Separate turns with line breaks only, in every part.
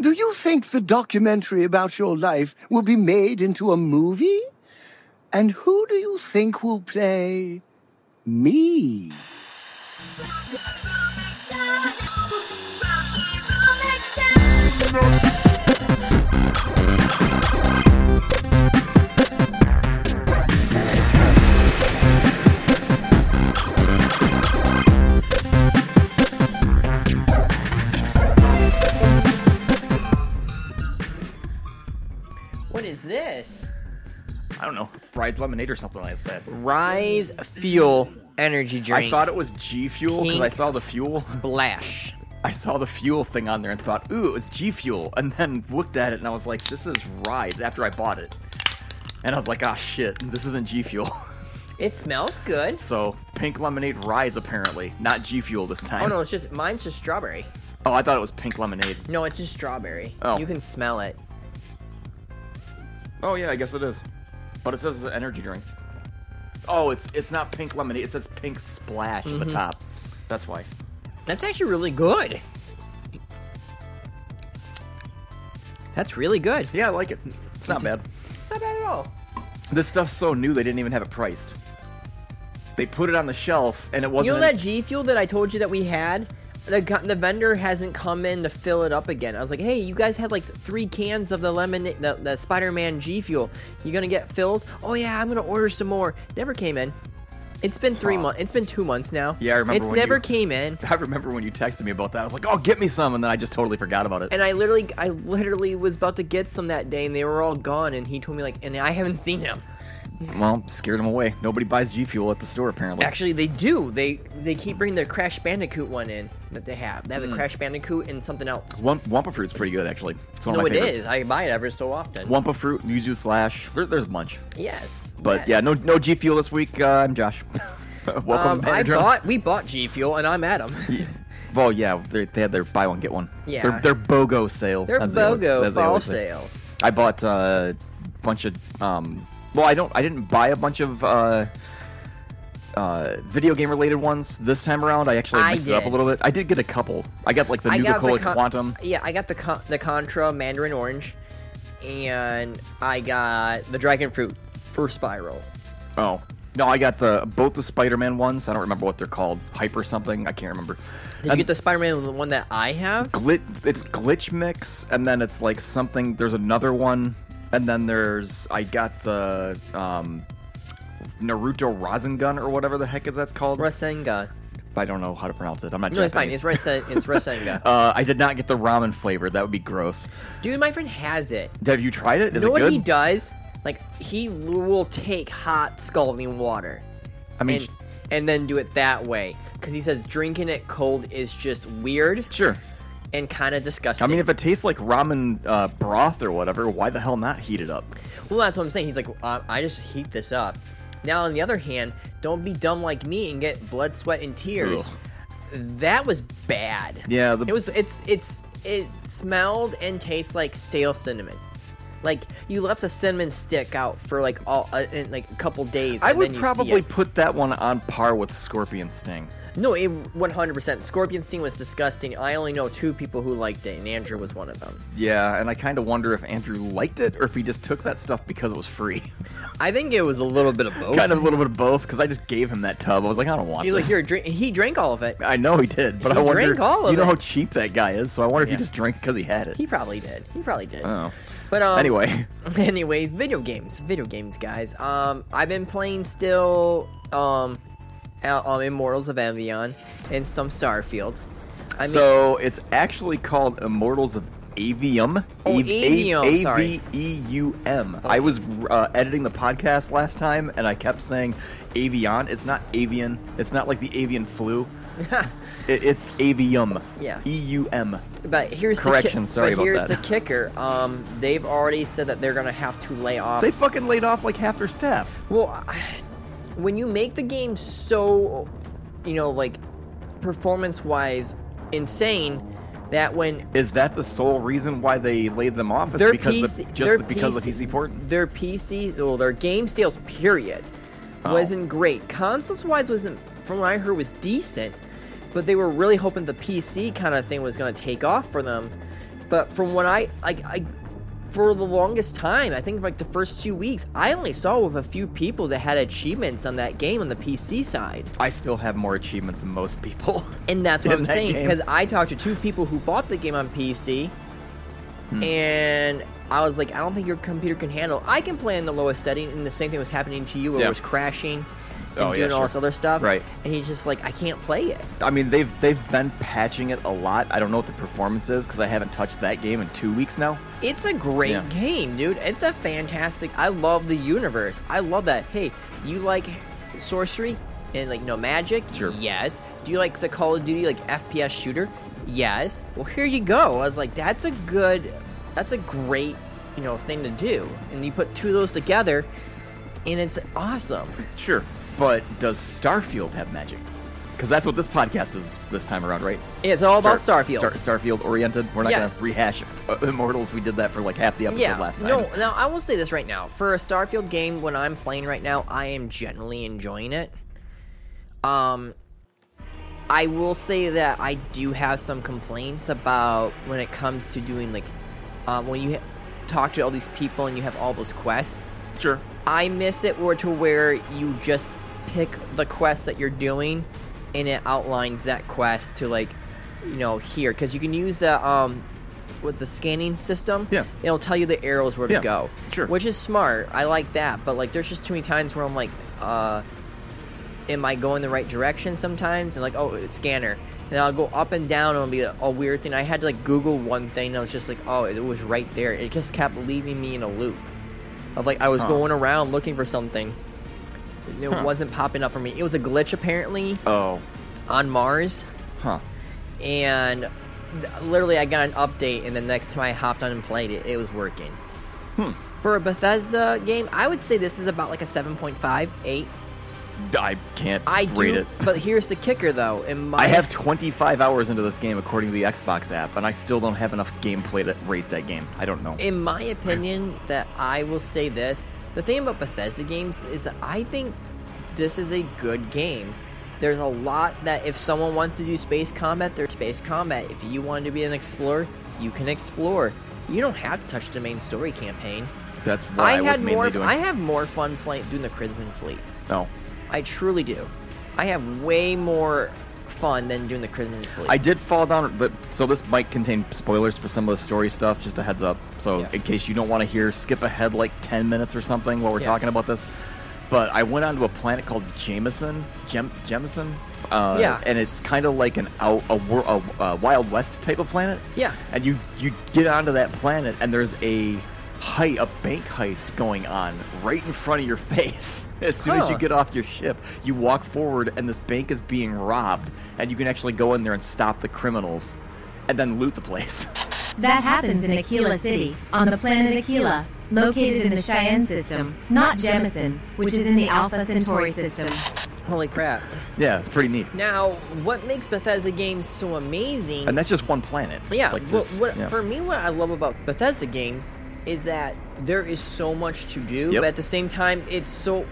Do you think the documentary about your life will be made into a movie? And who do you think will play me?
What is this?
I don't know, Rise Lemonade or something like that.
Rise Fuel Energy Drink.
I thought it was G Fuel because I
Pink.
saw the fuel.
Splash.
I saw the fuel thing on there and thought, ooh, it was G Fuel, and then looked at it and I was like, this is Rise. After I bought it, and I was like, ah, shit, this isn't G Fuel.
It smells good.
so pink lemonade Rise apparently, not G Fuel this time.
Oh no, it's just mine's just strawberry.
Oh, I thought it was pink lemonade.
No, it's just strawberry.
Oh.
You can smell it.
Oh yeah, I guess it is. But it says it's an energy drink. Oh, it's it's not pink lemonade. It says pink splash
Mm-hmm.
at the top. That's why.
That's actually really good. That's really good.
Yeah, I like it. It's not bad.
Not bad at all.
This stuff's so new they didn't even have it priced. They put it on the shelf and it
You
wasn't.
know
in-
that G Fuel that I told you that we had? The, co- the vendor hasn't come in to fill it up again. I was like, hey, you guys had like three cans of the lemonade, the, the Spider Man G Fuel. You gonna get filled? Oh yeah, I'm gonna order some more. Never came in. It's been three
Huh.
months. It's been two months now.
Yeah, I remember
It's
when
never
you-
came in.
I remember when you texted me about that. I was like, "Oh, get me some," and then I just totally forgot about it.
and I literally, I literally was about to get some that day, and they were all gone. And he told me like, and I haven't seen him.
well, scared them away. Nobody buys G Fuel at the store apparently.
Actually, they do. They they keep bringing their Crash Bandicoot one in that they have. They have a
Mm.
Crash Bandicoot and something else.
Wum- Wumpa Fruit's pretty good actually. It's one
no,
of
it
Oh my favorites.
is. I buy it every so often.
Wumpa Fruit, Yuzu Slash. There, there's a bunch.
yes.
But yeah,
yes.
no no G Fuel this week. Uh, I'm Josh. Welcome.
Um,
to
I
Manager.
bought. We bought G Fuel, and I'm Adam.
Well, yeah, they they had their buy one get one.
Yeah.
Their, their BOGO sale.
They're
as they always-
BOGO
as they
fall
always say.
sale.
I bought a uh, bunch of um. Well, I don't. I didn't buy a bunch of uh, uh, video game related ones this time around. I actually
I
mixed it up a
did.
little bit. I did get a couple. I got like the
I
Nuka
got the
Cola
con-
Quantum.
Yeah, I got the con- the Contra Mandarin Orange, and I got the Dragon Fruit for Spiral.
Oh no, I got the both the Spider Man ones. I don't remember what they're called. Hyper something. I can't remember.
Did you get the Spider-Man one that I have?
Glit. It's glitch mix, and then it's like something. There's another one, and then there's I got the um, Naruto Rasengan or whatever the heck is that's called.
Rasenga.
I don't know how to pronounce it. I'm not.
No, it's fine.
Japanese.
It's Rasen. It's Rasenga.
Uh, I did not get the ramen flavor. That would be gross.
Dude, my friend has it.
Have you tried it? Is
know
it
what
good?
he does? Like he will take hot scalding water,
I mean,
and and then do it that way because he says drinking it cold is just weird
sh- sure.
and kind of disgusting.
I mean, if it tastes like ramen uh, broth or whatever, why the hell not heat it up?
well, that's what I'm saying. He's like, uh, I just heat this up. Now, on the other hand, don't be dumb like me and get blood, sweat, and tears.
Ugh.
That was bad.
Yeah, the-
it was. It's it's it smelled and tastes like stale cinnamon. Like you left a cinnamon stick out for like all uh, in, like a couple days.
I
and
would
then you see
probably
it.
put that one on par with Scorpion Sting.
No, it 100%. Scorpion Sting was disgusting. I only know two people who liked it, and Andrew was one of them.
Yeah, and I kind of wonder if Andrew liked it or if he just took that stuff because it was free.
I think it was a little bit of both.
kind of a little bit of both, because I just gave him that tub. I was like, I don't want
He's like,
this.
here, drink. He drank all of it.
I know he did, but
He
I wonder.
drank all of
you know
it.
how cheap that guy is, so I wonder if
Yeah.
he just drank because he had it.
He probably did. He probably did.
Oh.
But um,
anyway,
anyways, video games, video games, guys. Um, I've been playing still um, Al- um Immortals of Avion and some Starfield. I mean,
so it's actually called Immortals of Avium.
Oh,
A- A-
Avium,
A-
sorry.
A-V-E-U-M. I was uh, editing the podcast last time, and I kept saying Avion. It's not avian. It's not like the avian flu. It- it's Avium. E
Yeah.
E-U-M.
but here's the
Correction,
ki-
sorry
but
about
here's
that.
the kicker. Um, they've already said that they're gonna have to lay off
They fucking laid off like half their staff.
Well, I- when you make the game so, you know, like performance wise insane, that when
Is that the sole reason why they laid them off? Is
their
because
PC,
the,
their
just the, because of the PC port?
their PC, well, their game sales period
Oh.
wasn't great. Consoles wise wasn't, from what I heard, was decent, but they were really hoping the PC kind of thing was going to take off for them. But from what I like, I for the longest time, I think like the first two weeks, I only saw with a few people that had achievements on that game on the PC side.
I still have more achievements than most people.
And that's what
in
I'm
that
saying
game.
because I talked to two people who bought the game on PC,
Hmm.
and I was like, I don't think your computer can handle. I can play in the lowest setting, and the same thing was happening to you, where
Yeah.
it was crashing and
Oh, yeah,
doing all this
sure.
other stuff.
Right.
And he's just like, I can't play it.
I mean, they've they've been patching it a lot. I don't know what the performance is because I haven't touched that game in two weeks now.
It's a great
Yeah.
game, dude. It's a fantastic. I love the universe. I love that. Hey, you like sorcery and like no magic?
Sure.
Yes. Do you like the Call of Duty like FPS shooter? Yes. Well, here you go. I was like, that's a good, that's a great, you know, thing to do. And you put two of those together, and it's awesome.
Sure, but does Starfield have magic? Because that's what this podcast is this time around, right?
It's all about Starfield.
Star, Starfield oriented. We're not
Yes.
gonna rehash uh, Immortals. We did that for like half the episode
yeah.
last time.
No. Now I will say this right now. For a Starfield game, when I'm playing right now, I am generally enjoying it. Um, I will say that I do have some complaints about when it comes to doing like um, when you ha- talk to all these people and you have all those quests.
Sure.
I miss it where to where you just pick the quest that you're doing, and it outlines that quest to like, you know, here because you can use the um, with the scanning system.
Yeah.
it'll tell you the arrows where
Yeah,
to go.
sure.
which is smart. I like that, but like, there's just too many times where I'm like, uh, am I going the right direction sometimes? And like, oh, it's scanner. And I'll go up and down, and it'll be a, a weird thing. I had to like Google one thing, and I was just like, oh, it was right there. It just kept leaving me in a loop of like I was
Huh.
going around looking for something. and It
Huh.
wasn't popping up for me. It was a glitch apparently
Oh,
on Mars,
huh.
and th- literally I got an update, and the next time I hopped on and played it, it was working.
Hmm.
For a Bethesda game, I would say this is about like a 7.5, 8.
I can't
I
rate
do,
it.
but here's the kicker though. In my
I have 25 hours into this game according to the Xbox app, and I still don't have enough gameplay to rate that game. I don't know.
in my opinion, that I will say this: the thing about Bethesda games is that I think this is a good game. There's a lot that if someone wants to do space combat, there's space combat. If you want to be an explorer, you can explore. You don't have to touch the main story campaign.
That's what I, was
had
mainly
more.
doing. Oh.
I have more fun playing doing the Crimson Fleet.
no.
I truly do. I have way more fun than doing the Crimson Fleet.
I did fall down. The, so this might contain spoilers for some of the story stuff. Just a heads up. So
Yeah.
in case you don't want to hear, skip ahead like ten minutes or something while we're
Yeah.
talking about this. But I went onto a planet called Jameson, Gem, Jemison. Uh,
Yeah.
And it's kind of like an out a, wor- a, a Wild West type of planet.
Yeah.
And you you get onto that planet and there's a hei- a bank heist going on right in front of your face as soon as you
Huh.
get off your ship, you walk forward and this bank is being robbed, and you can actually go in there and stop the criminals and then loot the place.
That happens in Aquila City, on the planet Aquila, located in the Cheyenne system, not Jamison, which is in the Alpha Centauri system.
Holy crap!
yeah, it's pretty neat.
Now, what makes Bethesda games so amazing?
And that's just one planet.
Yeah,
Like
what,
there's-
what,
yeah.
for me, what I love about Bethesda games is that there is so much to do,
Yep.
but at the same time, it's so.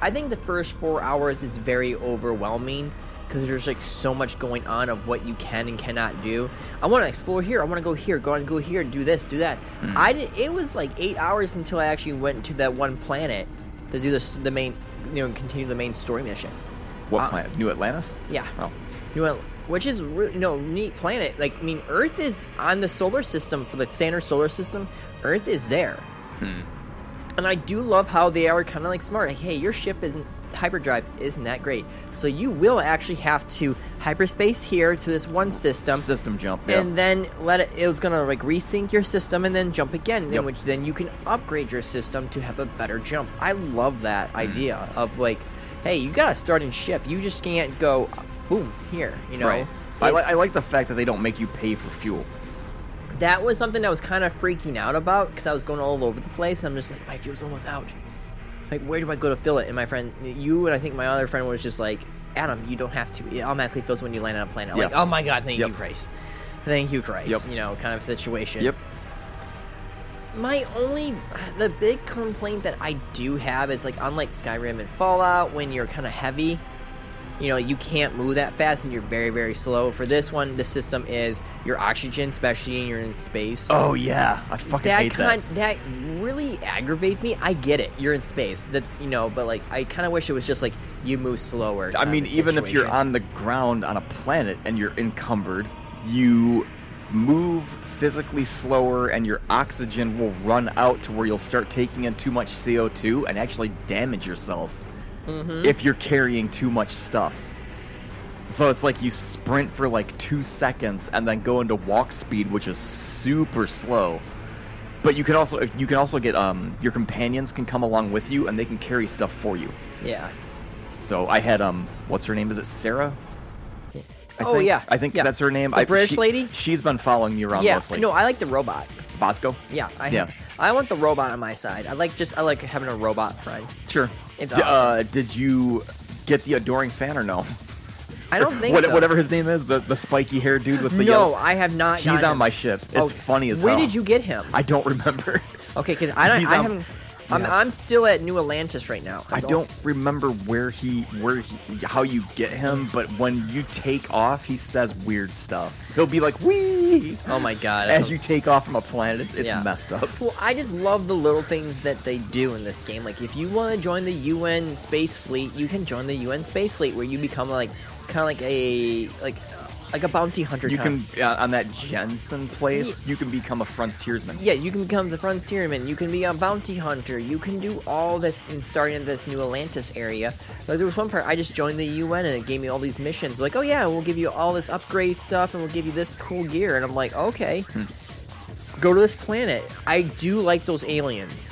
I think the first four hours is very overwhelming because there's like so much going on of what you can and cannot do. I want to explore here. I want to go here. Go and go here. Do this. Do that.
Hmm.
I did. It was like eight hours until I actually went to that one planet to do this. The main, you know, continue the main story mission.
What planet? New Atlantis?
uh, Yeah.
Oh.
You know, which is really, you know neat planet. Like I mean, Earth is on the solar system for the standard solar system. Earth is there, and I do love how they are kind of like smart. Like, hey, your ship isn't hyperdrive isn't that great, so you will actually have to hyperspace here to this one system.
System jump. Yeah.
Um, and then let it. It was gonna like resync your system and then jump again. Then
Yep.
which then you can upgrade your system to have a better jump. I love
Mm.
that idea of like, hey, you got a starting ship. You just can't go, boom here. You know,
right. I, li-
It's-
I like the fact that they don't make you pay for fuel.
that was something I was kind of freaking out about because I was going all over the place and I'm just like, my fuel's almost out. Like, where do I go to fill it? And my friend, you and I think my other friend was just like, Adam, you don't have to. It automatically fills when you land on a planet. I'm
Yeah.
Like, oh my god, thank
Yep.
you, Christ. Thank you, Christ.
Yep.
You know, kind of situation.
Yep.
My only, the big complaint that I do have is like, unlike Skyrim and Fallout, when you're kind of heavy, you know you can't move that fast and you're very very slow. For this one, the system is your oxygen, especially when you're in space.
Oh yeah, I fucking
that
hate
kind that really aggravates me. I get it. You're in space, that you know, but like I kind of wish it was just like you move slower.
that. I
kinda
mean, even if you're
situation.
on the ground on a planet and you're encumbered, you move physically slower and your oxygen will run out to where you'll start taking in too much CO2 and actually damage yourself if you're carrying too much stuff. So it's like you sprint for like two seconds and then go into walk speed, which is super slow. But you can also you can also get um your companions can come along with you and they can carry stuff for you.
yeah.
So I had um, what's her name? Is it Sarah? I
Oh,
think-
yeah,
I think
yeah.
that's her name.
The
I,
British
she-
lady?
She's been following me around
Yeah,
mostly.
no, I like the robot.
Vasco.
Yeah, I
Yeah.
I want the robot on my side. I like just I like having a robot friend.
Sure.
It's
D- uh, did you get the adoring fan or no?
I don't think
What-
so.
Whatever his name is, the, the spiky haired dude with the
No,
yellow.
I have not.
He's
gotten
on
him.
my ship. It's
Oh,
funny as
Where
hell.
did you get him?
I don't remember.
okay, because I don't.
He's
I
on-
haven't. I'm,
yeah.
I'm still at New Atlantis right now.
I
That's all.
don't remember where he, where he, how you get him, but when you take off, he says weird stuff. He'll be like, "Wee!"
Oh my god. that
as
sounds-
you take off from a planet. It's, it's
Yeah.
messed up.
Well, I just love the little things that they do in this game. Like, if you want to join the UN space fleet, you can join the UN space fleet, where you become like, kind of like a like, uh, like a bounty hunter.
You
kind
can
of-
uh, on that Jensen place. You can become a frontiersman.
yeah, you can become the frontierman. You can be a bounty hunter. You can do all this and starting in this New Atlantis area. Like there was one part I just joined the UN and it gave me all these missions. Like, oh yeah, we'll give you all this upgrade stuff and we'll give you this cool gear. And I'm like, okay, go to this planet. I do like those aliens.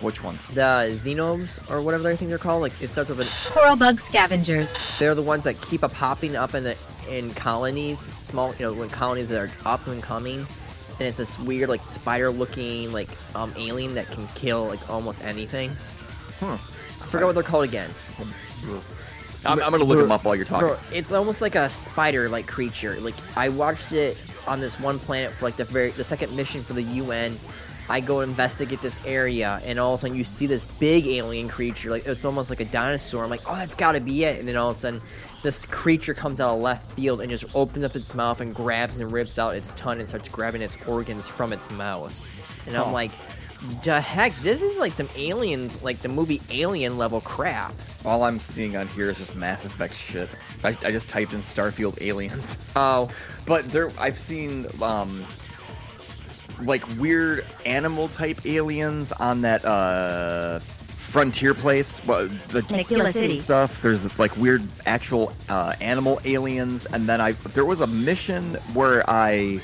Which ones?
the xenobes or whatever they think they're called. Like it starts with an.
Coral bug scavengers.
They're the ones that keep up popping up in the, in colonies, small you know when colonies that are up and coming, and it's this weird like spider looking like um alien that can kill like almost anything. Huh. I forgot what they're called again.
I'm, I'm gonna look them up while you're talking.
Bro, it's almost like a spider-like creature. Like I watched it on this one planet for like the very the second mission for the UN. I go investigate this area, and all of a sudden you see this big alien creature. Like it's almost like a dinosaur. I'm like, oh, that's got to be it. And then all of a sudden, this creature comes out of left field and just opens up its mouth and grabs and rips out its tongue and starts grabbing its organs from its mouth. And I'm
Huh.
like, the heck, this is like some aliens, like the movie Alien level crap.
All I'm seeing on here is just Mass Effect shit. I, I just typed in Starfield aliens,
Oh,
but there I've seen um like weird animal type aliens on that uh frontier place. Well, the
Tequila City.
stuff. There's like weird actual uh, animal aliens, and then I there was a mission where I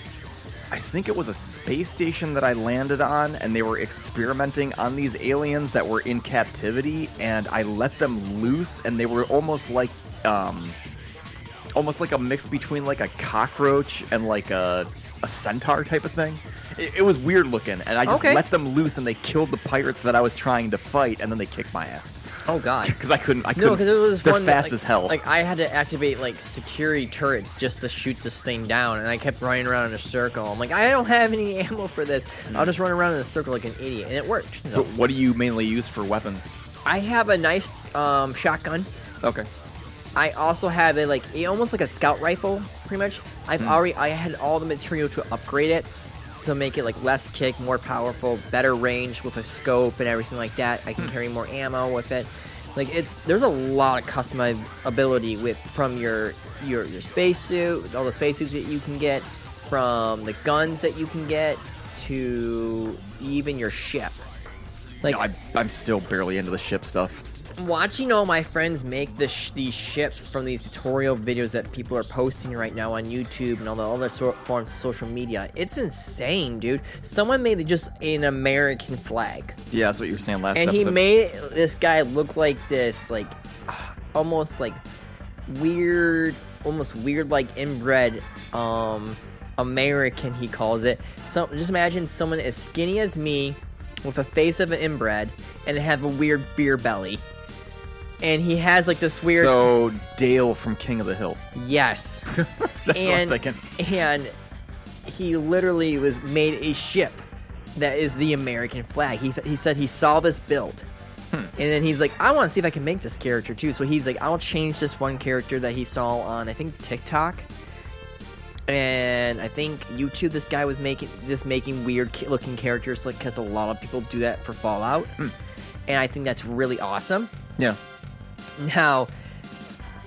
I think it was a space station that I landed on, and they were experimenting on these aliens that were in captivity, and I let them loose, and they were almost like um almost like a mix between like a cockroach and like a a centaur type of thing. It, it was weird looking, and I just
Okay.
let them loose, and they killed the pirates that I was trying to fight, and then they kicked my ass
oh God.
because I couldn't. I couldn't.
No, because it was
they're
one that,
fast
like,
as hell.
Like I had to activate like security turrets just to shoot this thing down, and I kept running around in a circle. I'm like, I don't have any ammo for this. I'll just run around in a circle like an idiot, and it worked. So
But what do you mainly use for weapons?
I have a nice um, shotgun.
Okay.
I also have a like a, almost like a scout rifle, pretty much. I've already I had all the material to upgrade it to make it like less kick, more powerful, better range with a scope and everything like that. I can carry more ammo with it. Like it's there's a lot of customizability with from your your your spacesuit, all the spacesuits that you can get, from the guns that you can get to even your ship. Like
I, I'm still barely into the ship stuff.
watching all my friends make the sh- these ships from these tutorial videos that people are posting right now on YouTube and all the other so- forms of social media. It's insane, dude. Someone made just an American flag,
Yeah, that's what you were saying last
and he
episode.
made this guy look like this, like ah, almost like weird, almost weird, like inbred um American. He calls it. So just imagine someone as skinny as me. With a face of an inbred and have a weird beer belly
and he has like this weird
So Dale from King of the Hill.
yes
That's
and
what I'm thinking.
and he literally was made a ship that is the American flag. He he said he saw this built
Hmm.
And then he's like, I want to see if I can make this character too. So he's like, I'll change this one character that he saw on, I think, TikTok. And I think YouTube, this guy was making just making weird ki- looking characters, like because a lot of people do that for Fallout.
Hmm.
And I think that's really awesome.
Yeah.
Now,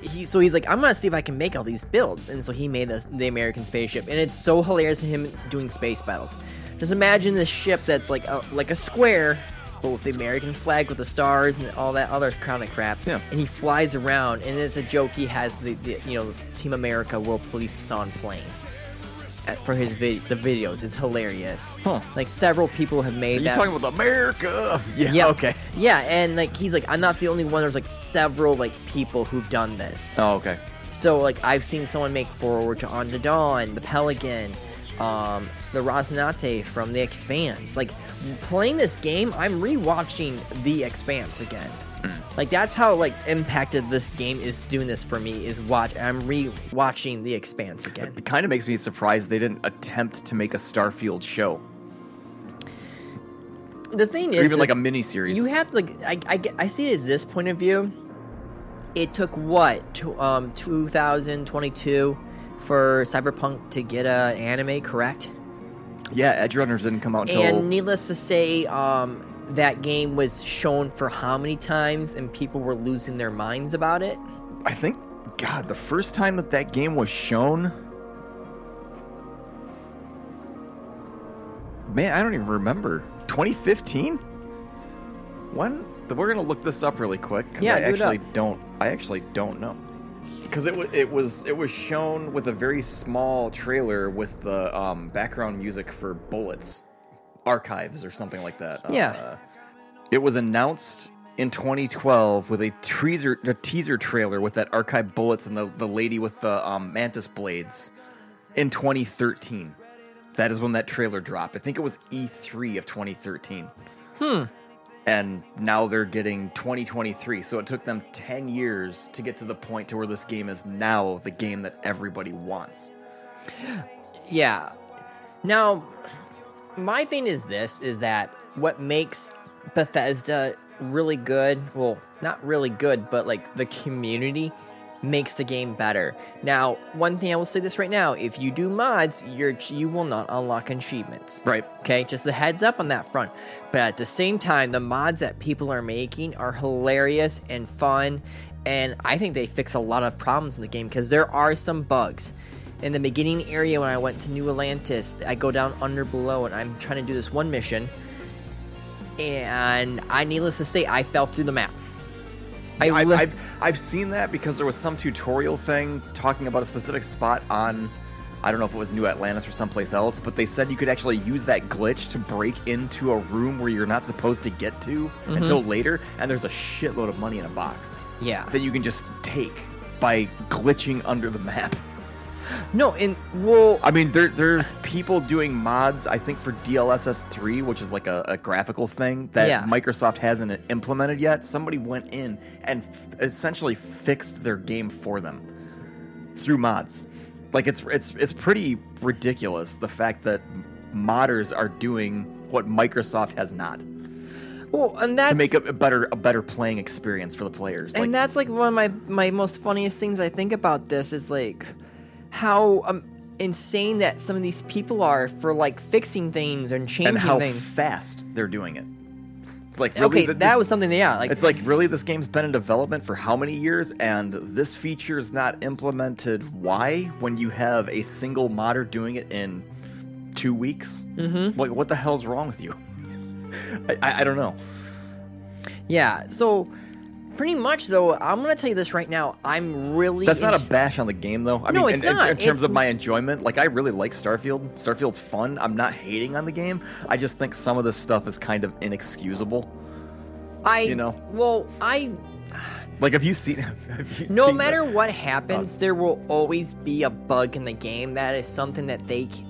he so he's like, I'm gonna see if I can make all these builds, and so he made the, the American spaceship, and it's so hilarious him doing space battles. Just imagine this ship that's like a, like a square, but with the American flag with the stars and all that other kind of crap.
Yeah.
And he flies around, and it's a joke. He has the, the you know Team America World Police on planes. uh, For his vid- the videos, it's hilarious.
Huh.
Like several people have made
Are you
that.
talking about America? Yeah.
Yeah.
Okay.
Yeah, and like he's like, I'm not the only one. There's like several like people who've done this.
Oh, okay.
So like I've seen someone make forward to On the Dawn, the Pelican, um, the Rosinante from The Expanse. Like playing this game, I'm rewatching The Expanse again.
Hmm.
Like that's how like impacted this game is doing this for me is watch. I'm re-watching The Expanse again.
It kind of makes me surprised they didn't attempt to make a Starfield show,
The thing
or
is,
even like a
is-
mini series.
You have like I, I, get- I see it as this point of view. It took what to, um 2022 for Cyberpunk to get a anime correct,
yeah, Edge Runners didn't come out until
and needless to say, um that game was shown for how many times, and people were losing their minds about it.
I think. God, the first time that that game was shown. Man, I don't even remember. 2015. When we're gonna look this up really quick because
Yeah,
I
do it
actually
up.
don't. I actually don't know. Because it was it was it was shown with a very small trailer with the um, background music for Bullets Archives or something like that.
Yeah.
Uh, it was announced in 2012 with a teaser a teaser trailer with that archive bullets and the, the lady with the um, mantis blades in 2013. That is when that trailer dropped. I think it was E3 of 2013. Hmm. And now they're getting 2023. So it took them 10 years to get to the point to where this game is now the game that everybody wants.
Yeah. Now, my thing is this is that what makes Bethesda really good, well, not really good, but like the community makes the game better. Now, one thing I will say this right now, if you do mods, you're you will not unlock achievements.
Right.
Okay, just a heads up on that front. But at the same time, the mods that people are making are hilarious and fun, and I think they fix a lot of problems in the game because there are some bugs. In the beginning area, when I went to New Atlantis, I go down under below and I'm trying to do this one mission, and I, needless to say, I fell through the map. I
I've,
lit-
I've, I've seen that because there was some tutorial thing talking about a specific spot on, I don't know if it was New Atlantis or someplace else, but they said you could actually use that glitch to break into a room where you're not supposed to get to until later, and there's a shitload of money in a box
yeah.
that you can just take by glitching under the map.
No, and well,
I mean, there, there's people doing mods, I think, for DLSS 3, which is like a, a graphical thing that
Yeah.
Microsoft hasn't implemented yet. Somebody went in and f- essentially fixed their game for them through mods. Like, it's, it's, it's pretty ridiculous the fact that modders are doing what Microsoft has not
well, and that's
to make a, a better a better playing experience for the players.
and
like,
that's like one of my my most funniest things I think about this is like how um, insane that some of these people are for like fixing things and changing
and how
things.
fast they're doing it. It's like really,
Okay,
th-
that
this-
was something. Yeah, like
It's like really this game's been in development for how many years and this feature is not implemented why when you have a single modder doing it in 2 weeks? Mm-hmm. Like what the hell's wrong with you? I, I, I don't know.
yeah. So pretty much though, I'm gonna tell you this right now. I'm really
That's not
int-
a bash on the game though. I
No,
mean
it's
in, in-
not.
in terms
It's-
of my enjoyment, like I really like Starfield. Starfield's fun. I'm not hating on the game. I just think some of this stuff is kind of inexcusable.
I
you know.
Well, I
Like have you seen have you
no
seen the-
matter what happens,
Uh.
there will always be a bug in the game. That is something that they. c-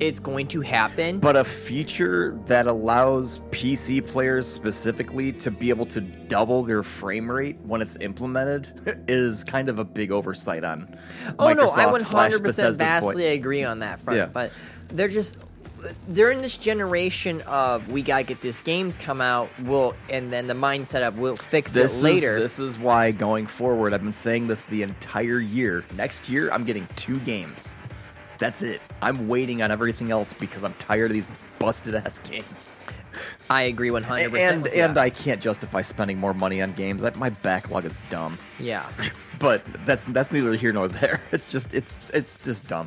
It's going to happen.
but a feature that allows PC players specifically to be able to double their frame rate when it's implemented is kind of a big oversight on.
Oh no, I
Microsoft slash
100%
Bethesda's point.
vastly agree on that front.
Yeah.
But they're just during this generation of we gotta get these games come out, we'll and then the mindset of we'll fix
This
it later.
Is, this is why going forward, I've been saying this the entire year. Next year, I'm getting two games. That's it. I'm waiting on everything else because I'm tired of these busted ass games.
I agree one hundred
And
percent.
and, I can't justify spending more money on games. That my backlog is dumb.
yeah.
But that's that's neither here nor there. It's just it's it's just dumb.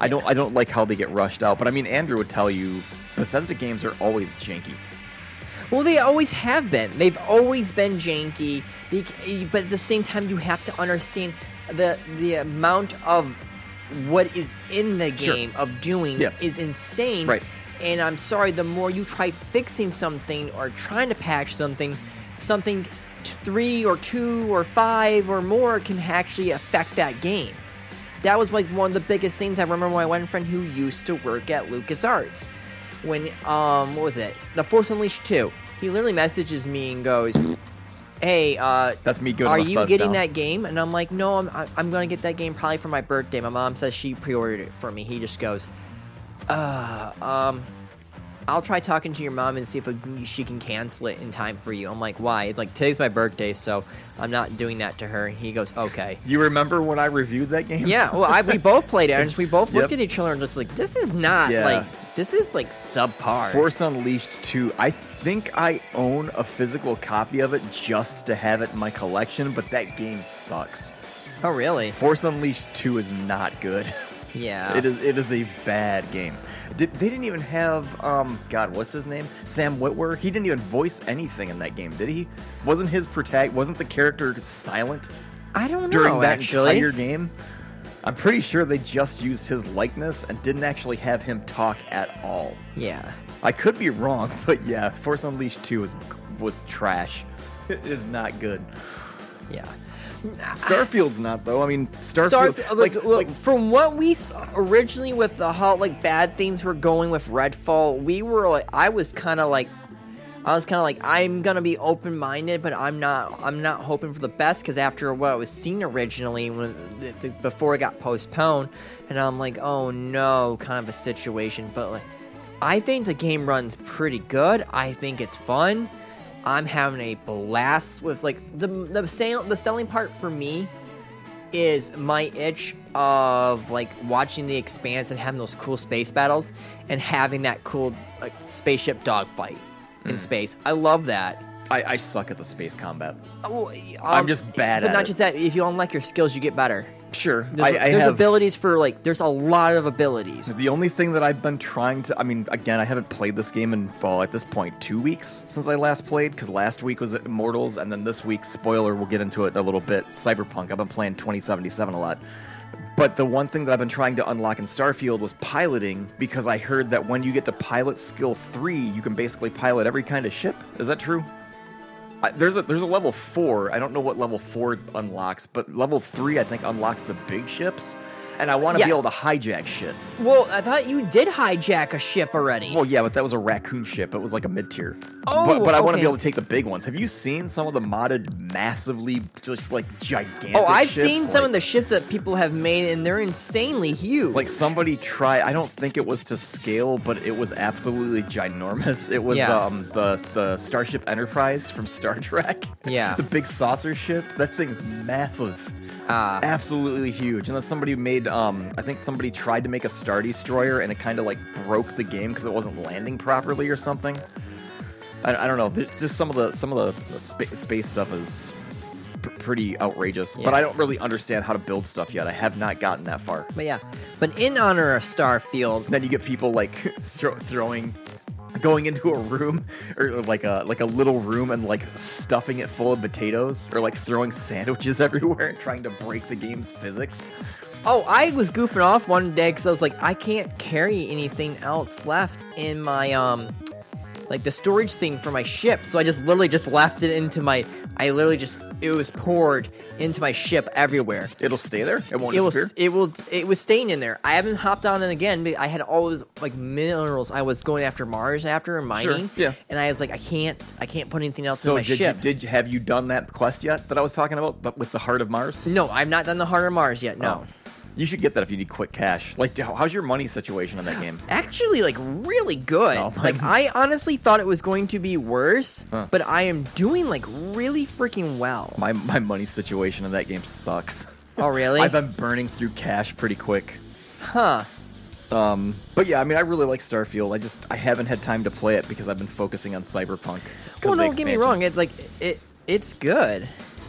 I don't I don't like how they get rushed out. But I mean, Andrew would tell you Bethesda games are always janky.
Well, they always have been. They've always been janky, bec- but at the same time, you have to understand the the amount of what is in the
Sure.
game of doing
Yeah.
is insane.
Right.
And I'm sorry, the more you try fixing something or trying to patch something, something t- three or two or five or more can actually affect that game. That was like one of the biggest things I remember my one friend who used to work at LucasArts. When um what was it? The Force Unleashed 2. He literally messages me and goes, Hey, uh
That's me good
Are
enough
you
thumbs
getting
down."
that game? And I'm like, No, I'm I- I'm gonna get that game probably for my birthday. My mom says she pre ordered it for me. He just goes, Uh um I'll try talking to your mom and see if it- she can cancel it in time for you. I'm like, why? It's like today's my birthday, so I'm not doing that to her. He goes, okay.
You remember when I reviewed that game?
Yeah, well, I, we both played it, and just- we both
Yep.
looked at each other and just like, this is not
Yeah.
like this is like subpar.
Force Unleashed 2. I think I own a physical copy of it just to have it in my collection, but that game sucks.
oh, really?
Force Unleashed 2 is not good.
Yeah.
It is it is a bad game. Did, they didn't even have um God, what's his name? Sam Witwer. He didn't even voice anything in that game, did he? Wasn't his protag wasn't the character silent
I don't know.
during that
actually,
entire game? I'm pretty sure they just used his likeness and didn't actually have him talk at all.
yeah.
I could be wrong, but yeah, Force Unleashed 2 was was trash. It is not good.
Yeah.
Starfield's not though. I mean, Starfield
Starf- uh,
like,
look,
like
look, from what we saw originally with the how like bad things were going with Redfall, we were like, I was kind of like, I was kind of like, I'm gonna be open minded, but I'm not, I'm not hoping for the best because after what was seen originally when the, the, before it got postponed, and I'm like, oh no, kind of a situation. But like, I think the game runs pretty good. I think it's fun. I'm having a blast with like the the sale the selling part for me is my itch of like watching the expanse and having those cool space battles and having that cool like spaceship dogfight
Hmm.
in space. I love that.
I, I suck at the space combat.
Oh,
I'm
um,
just bad
But
at
not
it.
just that. If you unlock your skills, you get better.
Sure, I,
There's,
I
there's
have
abilities for like. There's a lot of abilities.
The only thing that I've been trying to, I mean, again, I haven't played this game in, well, at this point, two weeks since I last played, because last week was Immortals, and then this week, spoiler, we'll get into it in a little bit, Cyberpunk. I've been playing 2077 a lot. But the one thing that I've been trying to unlock in Starfield was piloting, because I heard that when you get to pilot skill three, you can basically pilot every kind of ship. Is that true? I, there's a there's a level four. I don't know what level four unlocks, but level three I think unlocks the big ships, and I want to
Yes.
be able to hijack shit.
Well, I thought you did hijack a ship already.
Well, yeah, but that was a raccoon ship. It was like a mid tier.
Oh,
but, but I want to
okay.
be able to take the big ones. Have you seen some of the modded, massively just like gigantic?
oh, I've
ships?
seen
like,
some of the ships that people have made, and they're insanely huge.
Like somebody tried. I don't think it was to scale, but it was absolutely ginormous. It was
Yeah.
um the the Starship Enterprise from Star Trek.
Yeah.
the big saucer ship. That thing's massive.
Ah.
absolutely huge. And then somebody made um I think somebody tried to make a star destroyer and it kind of like broke the game because it wasn't landing properly or something. I, I don't know. There's just some of the some of the spa- space stuff is pr- pretty outrageous. But
Yeah.
I don't really understand how to build stuff yet. I have not gotten that far.
but yeah. But in honor of Starfield,
Then you get people like thro- throwing going into a room or like a like a little room and like stuffing it full of potatoes or like throwing sandwiches everywhere and trying to break the game's physics.
Oh, I was goofing off one day because I was like, I can't carry anything else left in my um, like the storage thing for my ship. So I just literally just left it into my. I literally just it was poured into my ship everywhere.
It'll stay there. It won't
It
disappear.
was it will it was staying in there. I haven't hopped on it again. But I had all those like minerals. I was going after Mars after and mining.
yeah.
And I was like, I can't I can't put anything else in
so
my
did
ship.
you did you, have you done that quest yet that I was talking about but with the heart of Mars?
no, I've not done the Heart of Mars yet. No.
Oh. You should get that if you need quick cash. Like, how- how's your money situation on that game?
Actually, like really good.
Oh, my-
like I honestly thought it was going to be worse,
Huh.
but I am doing like really freaking well.
My my money situation in that game sucks.
Oh really?
I've been burning through cash pretty quick.
huh.
Um, but yeah, I mean, I really like Starfield. I just I haven't had time to play it because I've been focusing on Cyberpunk. 'cause
Well,
of the
don't get me
expansion.
wrong. It's like it it's good.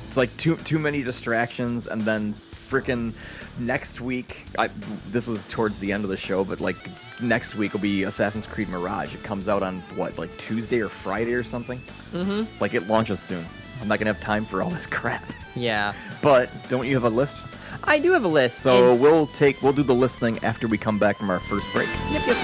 It's like too too many distractions, and then freaking next week. I, this is towards the end of the show, but like next week will be Assassin's Creed Mirage. It comes out on what like Tuesday or Friday or something. Mm-hmm. It's like it launches soon. I'm not gonna have time for all this crap.
Yeah.
But don't you have a list?
I do have a list.
So
and-
we'll take we'll do the list thing after we come back from our first break.
yep, yep.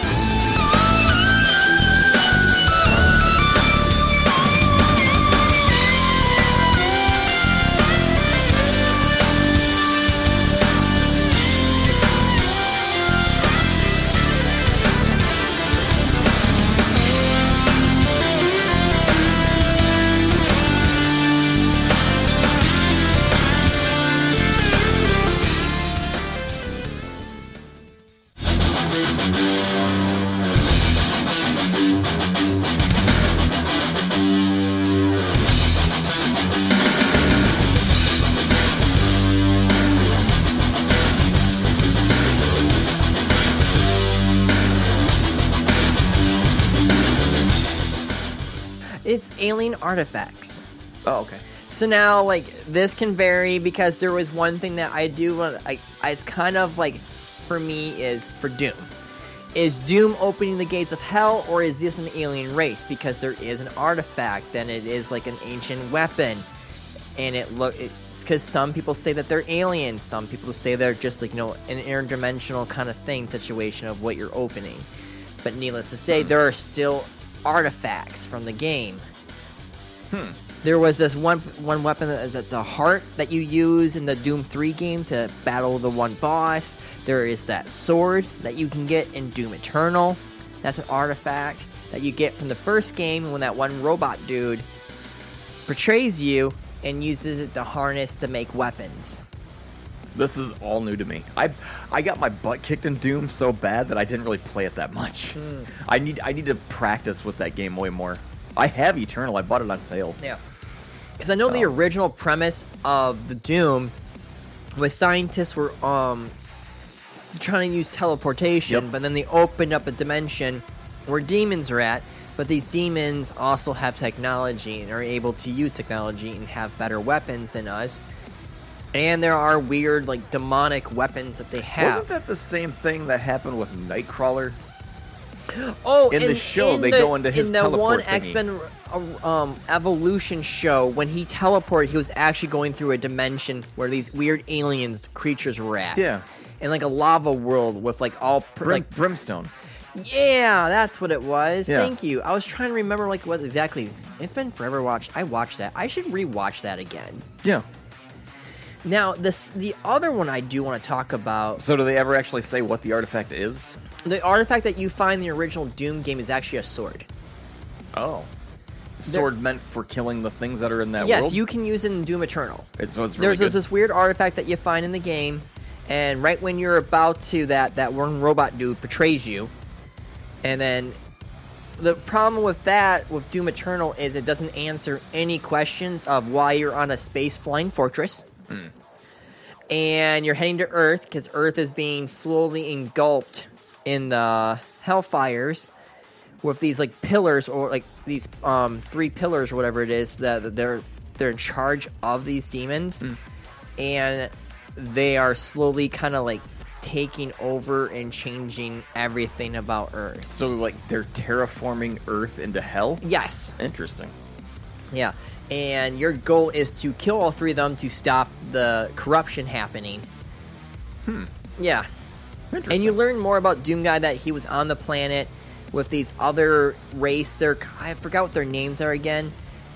It's alien artifacts.
Oh, okay.
So now, like, this can vary because there was one thing that I do want. Like, it's kind of like for me is for Doom. Is Doom opening the gates of hell, or is this an alien race? Because there is an artifact, then it is like an ancient weapon, and it look. It's because some people say that they're aliens, some people say they're just like you know an interdimensional kind of thing situation of what you're opening. But needless to say, there are still artifacts from the game there was this one one weapon that- that's a heart that you use in the Doom 3 game to battle the one boss. There is that sword that you can get in Doom Eternal. That's an artifact that you get from the first game when that one robot dude betrays you and uses it to harness to make weapons.
This is all new to me. I I got my butt kicked in Doom so bad that I didn't really play it that much.
Hmm.
I need I need to practice with that game way more. I have Eternal. I bought it on sale.
Yeah. Because I know the
Oh.
original premise of the Doom was scientists were um trying to use teleportation,
Yep.
but then they opened up a dimension where demons are at. But these demons also have technology and are able to use technology and have better weapons than us. And there are weird, like demonic weapons that they have.
Wasn't that the same thing that happened with Nightcrawler?
Oh,
in the show, they go into his
in the one
teleport thingy.
X Men um, Evolution show when he teleported, he was actually going through a dimension where these weird aliens creatures were at.
Yeah.
in like a lava world with like all pr-
Brim,
like
Brimstone.
yeah, that's what it was.
Yeah.
Thank you. I was trying to remember like what exactly. It's been forever. Watched. I watched that. I should rewatch that again.
Yeah.
Now this the other one I do want to talk about.
So do they ever actually say what the artifact is?
The artifact that you find in the original Doom game is actually a sword.
Oh. Sword meant for killing the things that are in that
yes,
world.
you can use it in Doom Eternal.
It's, so it's really
there's this-
good.
this weird artifact that you find in the game, and right when you're about to that, that one robot dude betrays you, and then the problem with that with Doom Eternal is it doesn't answer any questions of why you're on a space flying fortress. And you're heading to Earth because Earth is being slowly engulfed in the hellfires with these like pillars or like these um three pillars or whatever it is that that they're they're in charge of these demons and they are slowly kind of like taking over and changing everything about earth
so like they're terraforming Earth into hell.
yes
Interesting.
yeah and your goal is to kill all three of them to stop the corruption happening hmm yeah
Interesting.
and you learn more about Doom Guy that he was on the planet with these other race. They're, I forgot what their names are again,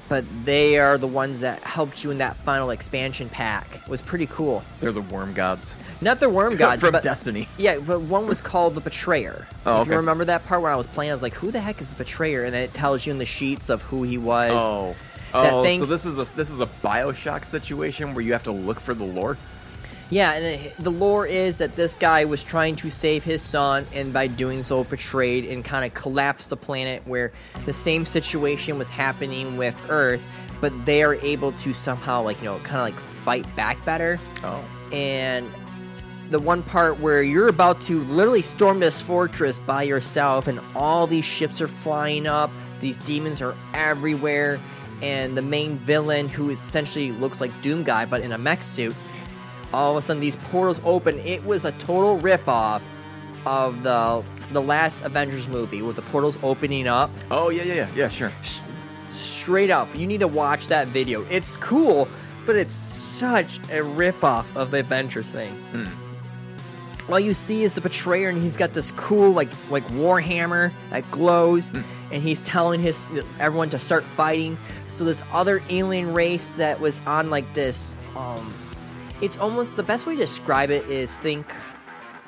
but they are the ones that helped you in that final expansion pack. It was pretty cool.
they're the worm gods.
Not the Worm Gods
From
but,
Destiny.
Yeah, but one was called the Betrayer.
Oh,
if you
okay.
remember that part where I was playing, I was like, "Who the heck is the Betrayer?" And then it tells you in the sheets of who he was.
Oh,
that
oh,
things-
so this is a this is a Bioshock situation where you have to look for the lore.
Yeah, and it, the lore is that this guy was trying to save his son, and by doing so, betrayed and kind of collapsed the planet where the same situation was happening with Earth, but they are able to somehow, like, you know, kind of like fight back better.
Oh.
And the one part where you're about to literally storm this fortress by yourself, and all these ships are flying up, these demons are everywhere, and the main villain, who essentially looks like Doom Guy but in a mech suit, all of a sudden these portals open. It was a total ripoff of the the last Avengers movie with the portals opening up.
Oh yeah, yeah, yeah, yeah. Sure.
Straight up, you need to watch that video. It's cool, but it's such a ripoff of the Avengers thing. All you see is the betrayer, and he's got this cool like like warhammer that glows, and he's telling his everyone to start fighting. So this other alien race that was on like this, um, it's almost the best way to describe it is think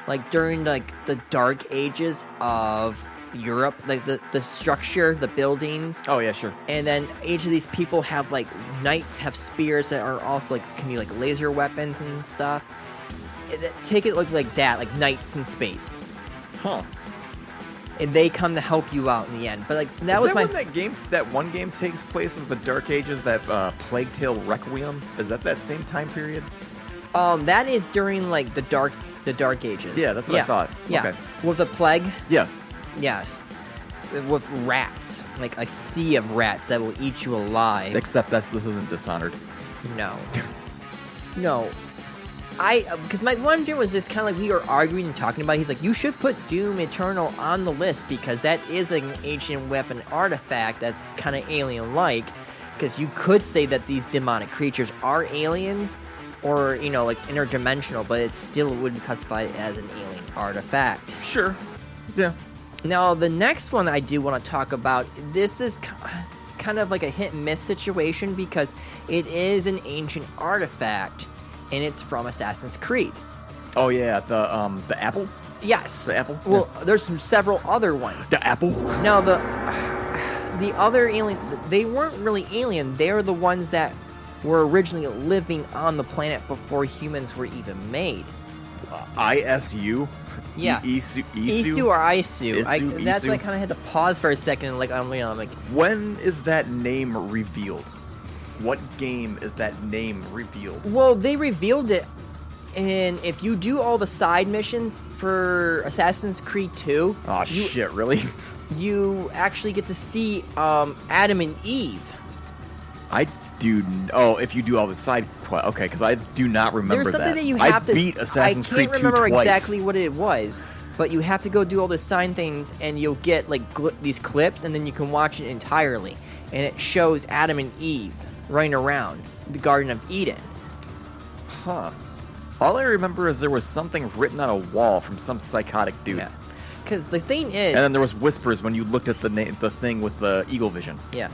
like during like the dark ages of Europe, like the the structure, the buildings,
Oh yeah, sure.
and then each of these people have like knights have spears that are also like can be like laser weapons and stuff. And that- Take it look like that, like knights in space,
Huh.
and they come to help you out in the end. But like that
Is
was
that
my
when that game, that one game takes place? Is the Dark Ages that uh, Plague Tale Requiem? Is that that same time period?
um that is during like the dark the dark ages.
Yeah, that's what I thought.
Yeah,
Okay.
with the plague.
Yeah.
Yes. With rats, like a sea of rats that will eat you alive.
Except that's this isn't Dishonored.
No. no. I because my one dream was just kind of like we were arguing and talking about. He's like, you should put Doom Eternal on the list because that is an ancient weapon artifact that's kind of alien-like. Because you could say that these demonic creatures are aliens, or you know, like interdimensional, but it still would be classified as an alien artifact.
Sure. Yeah.
Now, the next one I do want to talk about, this is k- kind of like a hit and miss situation because it is an ancient artifact and it's from Assassin's Creed.
Oh yeah, the um the apple,
Yes.
The apple?
Well, there's some, several other ones.
the apple.
Now, the the other alien, they weren't really alien. They're the ones that were originally living on the planet before humans were even made.
I S U. E
Yeah. E
Isu.
Isu,
Isu.
or Isu. I,
Isu,
that's why I
Isu.
kind of had to pause for a second and like, I'm, you know, I'm like,
When is that name revealed? What game is that name revealed?
Well, they revealed it, and if you do all the side missions for Assassin's Creed 2,
Oh shit! Really?
you actually get to see um, Adam and Eve.
I do. N- oh, if you do all the side quest, okay, because I do not remember
There's something that, you
I
have to
beat Assassin's
I can't
Creed two
remember
twice.
exactly what it was, but you have to go do all the sign things, and you'll get like gl- these clips, and then you can watch it entirely, and it shows Adam and Eve running around the Garden of Eden.
Huh. All I remember is there was something written on a wall from some psychotic dude,
Yeah, because the thing is,
and then there was whispers when you looked at the na- the thing with the eagle vision.
yeah.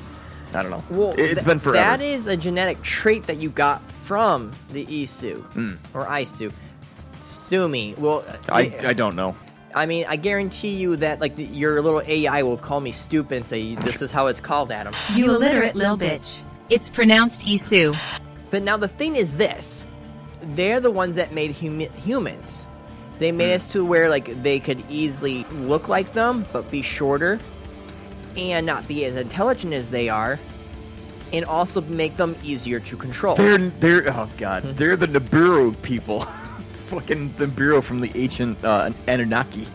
I don't know.
Well,
It- it's
th-
been forever.
That is a genetic trait that you got from the Isu or Isu. Sumi. Well,
Hmm. I, I don't know.
I mean, I guarantee you that like the, your little AI will call me stupid and say this is how it's called, Adam.
You illiterate lil bitch. It's pronounced Isu.
But now the thing is this: they're the ones that made humi- humans. They
Hmm.
made us to where like they could easily look like them, but be shorter, and not be as intelligent as they are, and also make them easier to control.
They're they're oh god, they're the Nibiru people. Fucking Nibiru from the ancient uh, Anunnaki.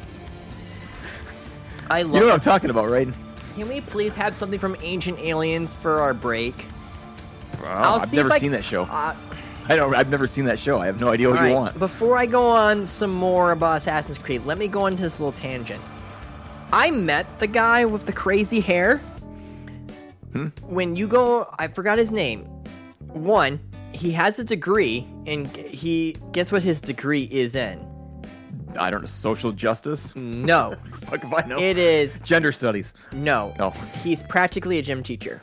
I
You
love
know what I'm talking about, right?
Can we please have something from Ancient Aliens for our break?
Oh, I've
see if
never
I-
seen that show.
Uh,
I don't. I've never seen that show. I have no idea what you
alright,
want.
Before I go on some more about Assassin's Creed, let me go into this little tangent. I met the guy with the crazy hair.
Hmm?
When you go, I forgot his name. One, he has a degree, and g- he guess what his degree is in?
I don't know. Social justice.
No,
Fuck if I know.
Hmm. it is
Gender studies.
no.
Oh.
He's practically a gym teacher.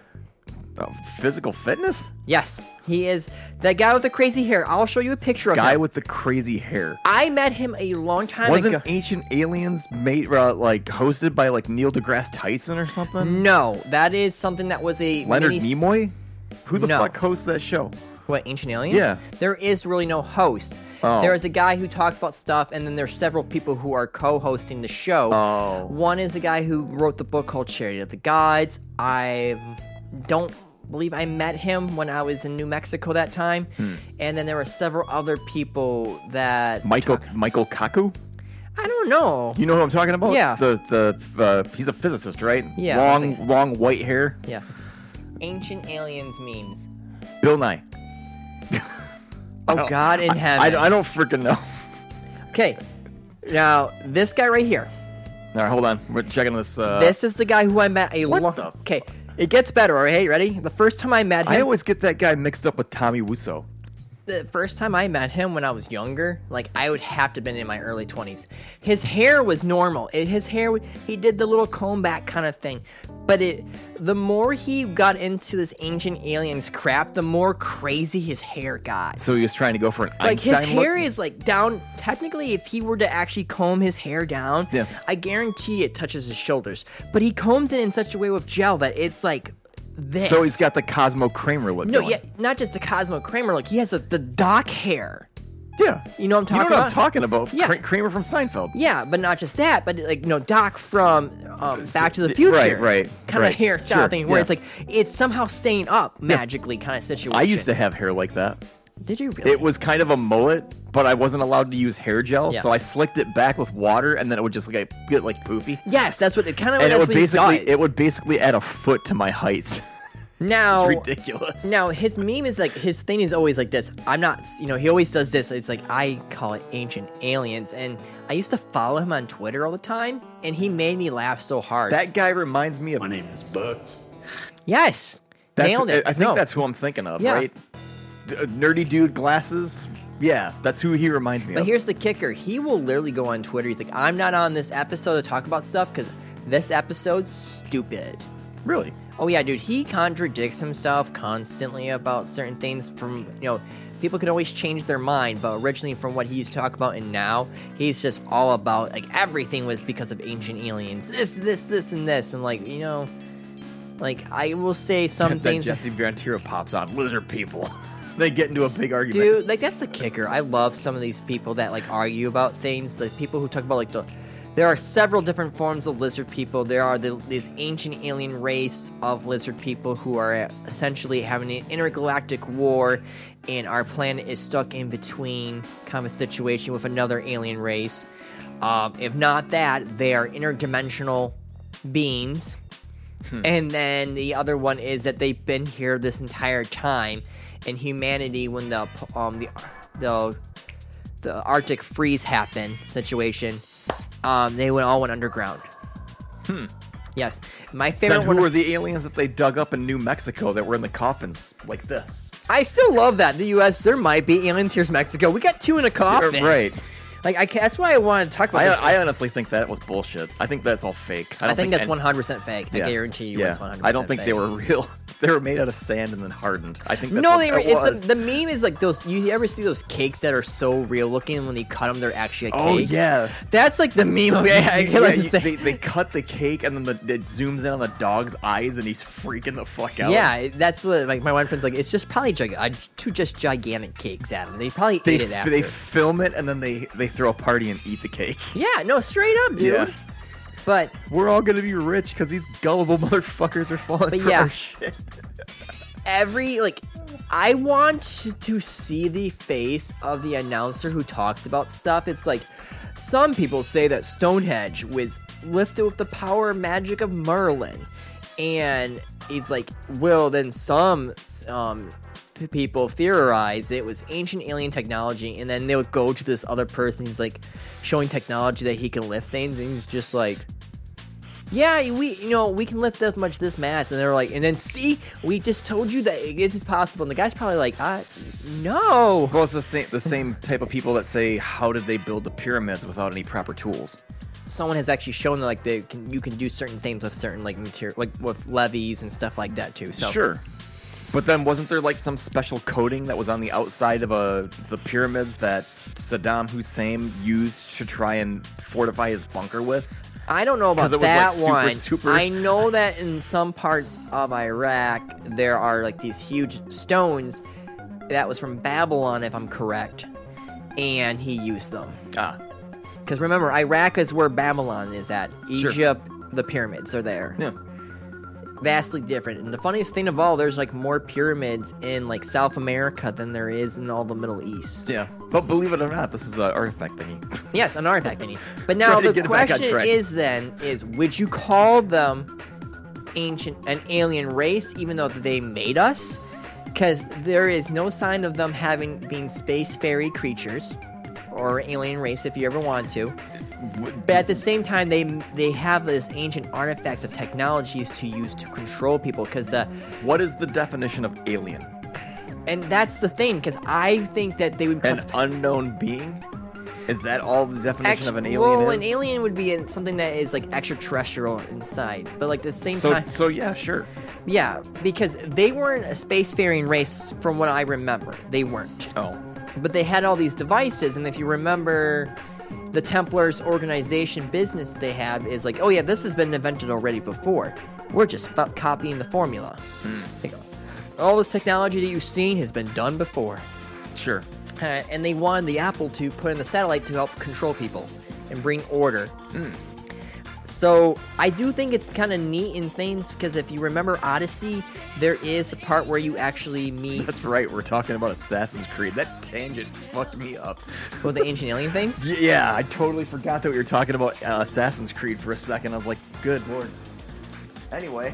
Uh, physical fitness.
Yes, he is that guy with the crazy hair. I'll show you a picture of
Guy
him.
with the crazy hair.
I met him a long time
Wasn't
ago.
Ancient Aliens made uh, like hosted by like Neil deGrasse Tyson or something?
No, that is something that was a
Leonard
Hmm. mini-
Nimoy. Who the
No.
fuck hosts that show?
What Ancient Alien?
Yeah.
there is really no host.
Oh.
There is a guy who talks about stuff, and then there's several people who are co-hosting the show.
Oh.
One is a guy who wrote the book called Charity of the Gods. I don't believe I met him when I was in New Mexico that time.
Hmm.
And then there were several other people that
Michael Michael Kaku.
I don't know.
You know what I'm talking about?
Yeah.
The the uh, he's a physicist, right?
Yeah, I was
Long long white hair.
Yeah. Ancient aliens memes.
Bill Nye.
Oh God in
I,
heaven.
I don't freaking know.
okay. Now this guy right here.
All right, hold on. We're checking this. Uh,
This is the guy who I met a
What
long.
the
Okay, it gets better. All right, ready? The first time I met him,
I always get that guy mixed up with Tommy Wiseau.
the first time I met him when I was younger, like I would have to have been in my early twenties. His hair was normal. It, his hair, would- he did the little comb back kind of thing. But it, the more he got into this ancient aliens crap, the more crazy his hair got.
So he was trying to go for an
Like his
Einstein look?
hair is like down. Technically, if he were to actually comb his hair down,
Yeah.
I guarantee it touches his shoulders. But he combs it in such a way with gel that it's like this.
So he's got the Cosmo Kramer look.
no,
going.
yeah, not just the Cosmo Kramer look. He has a, the doc hair.
yeah.
You know what I'm talking
You know what I'm
about?
talking about?
Yeah.
Kra- Kramer from Seinfeld.
Yeah, but not just that, but like no Doc from um,
So-
Back to the
right,
Future,
right,
Kind
right.
of hairstyle
Sure,
thing where
yeah.
it's like it's somehow staying up magically, kind of situation.
I used to have hair like that.
Did you really?
It was kind of a mullet, but I wasn't allowed to use hair gel,
Yeah.
so I slicked it back with water, and then it would just like get like poofy.
yes, Oh, that's what it kind of.
and it would
what he
basically
does.
it would basically add a foot to my height.
now.
it's ridiculous.
Now his meme is like his thing is always like this. I'm not, you know, he always does this. It's like I call it ancient aliens, and I used to follow him on Twitter all the time, and he made me laugh so hard.
that guy reminds me of.
My name is Bucks.
yes,
That's,
nailed it.
I I think
No.
that's who I'm thinking of,
Yeah.
right? D- uh, nerdy dude, glasses. Yeah, that's who he reminds me
But
of.
here's the kicker: he will literally go on Twitter. He's like, "I'm not on this episode to talk about stuff because this episode's stupid."
really?
Oh yeah, dude, he contradicts himself constantly about certain things. From you know, people can always change their mind, but originally from what he used to talk about and now, he's just all about like everything was because of ancient aliens. This, this, this, and this. And like you know, like I will say some
That
things.
Jesse Van Tiro pops on. Lizard people. they get into a big argument.
Dude, like that's the kicker. I love some of these people that like argue about things. Like people who talk about like the there are several different forms of lizard people. There are the, this ancient alien race of lizard people who are essentially having an intergalactic war, and our planet is stuck in between kind of a situation with another alien race. Um, if not that, they are interdimensional beings. And then the other one is that they've been here this entire time, and humanity, when the um the the the Arctic freeze happened situation, um they went all went underground. Hmm. Yes, my favorite
Then who
one.
were the aliens that they dug up in New Mexico that were in the coffins like this?
I still love that the U.S. There might be aliens. Here's Mexico. We got two in a coffin.
Right.
Like I, ca- that's why I wanted to talk about
I,
this.
I honestly think that was bullshit. I think that's all fake. I,
I
don't
think that's
any-
one hundred percent fake.
Yeah.
I guarantee you,
Yeah.
it's one hundred.
I don't think they were real. they were made out of sand and then hardened. I think that's
no,
what
they
it
were. It's
was.
the, the meme is like those. You ever see those cakes that are so real looking when they cut them? They're actually a cake.
oh yeah.
that's like the meme. Of, yeah, I
Yeah,
get like
you-
the same-
they, they cut the cake and then the, it zooms in on the dog's eyes and he's freaking the fuck out.
yeah, that's what like my one friend's like. It's just probably gig- uh, two just gigantic cakes at them. They probably
They,
ate it
f-
after.
they film it and then they, they throw a party and eat the cake.
yeah, no, straight up, dude.
Yeah.
But
We're all gonna be rich because these gullible motherfuckers are falling
But
for
yeah.
our shit.
every like I want to see the face of the announcer who talks about stuff. It's like some people say that Stonehenge was lifted with the power and magic of Merlin, and it's like, well, then some um, th- people theorize it was ancient alien technology, and then they would go to this other person. He's like showing technology that he can lift things, and he's just like, yeah, we you know we can lift this much this mass, and they're like, and then see, we just told you that it is possible. And the guy's probably like, I no,
Well, it's the same the same type of people that say, "How did they build the pyramids without any proper tools?"
someone has actually shown that like they can you can do certain things with certain like material like with levies and stuff like that too. So
Sure, but then wasn't there like some special coating that was on the outside of a the pyramids that Saddam Hussein used to try and fortify his bunker with?
I don't know
'Cause
about
it was, like,
that
super,
one.
super-
I know that in some parts of Iraq there are like these huge stones that was from Babylon, if I'm correct. and he used them.
Ah,
Because remember, Iraq is where Babylon is at.
Sure.
Egypt, the pyramids are there.
yeah.
Vastly different. And the funniest thing of all, there's like more pyramids in like South America than there is in all the Middle East.
Yeah. But believe it or not, this is an artifact thingy.
Yes, an artifact thingy. But now
to
the
get it back on
question
track.
is then is would you call them ancient an alien race even though they made us? Because there is no sign of them having being space fairy creatures or alien race if you ever want to. But at the same time, they they have this ancient artifacts of technologies to use to control people. Because the
what is the definition of alien?
and that's the thing. Because I think that they would
An
classify-
unknown being? Is that all the definition
Actu-
of an alien
well,
is?
an alien would be in something that is like extraterrestrial inside, but like the same
so,
time,
so yeah, sure.
yeah, because they weren't a spacefaring race from what I remember. They weren't,
Oh,
but they had all these devices, and if you remember. The Templars organization business they have is like, oh yeah, this has been invented already before. We're just fu- copying the formula.
Hmm.
Like, all this technology that you've seen has been done before.
sure.
Uh, and they wanted the Apple to put in the satellite to help control people and bring order.
Hmm.
So I do think it's kind of neat in things because if you remember Odyssey, there is a part where you actually meet.
That's right. We're talking about Assassin's Creed. That tangent fucked me up.
With the ancient alien things.
Y- Yeah, I totally forgot that we were talking about uh, Assassin's Creed for a second. I was like, good lord. Anyway,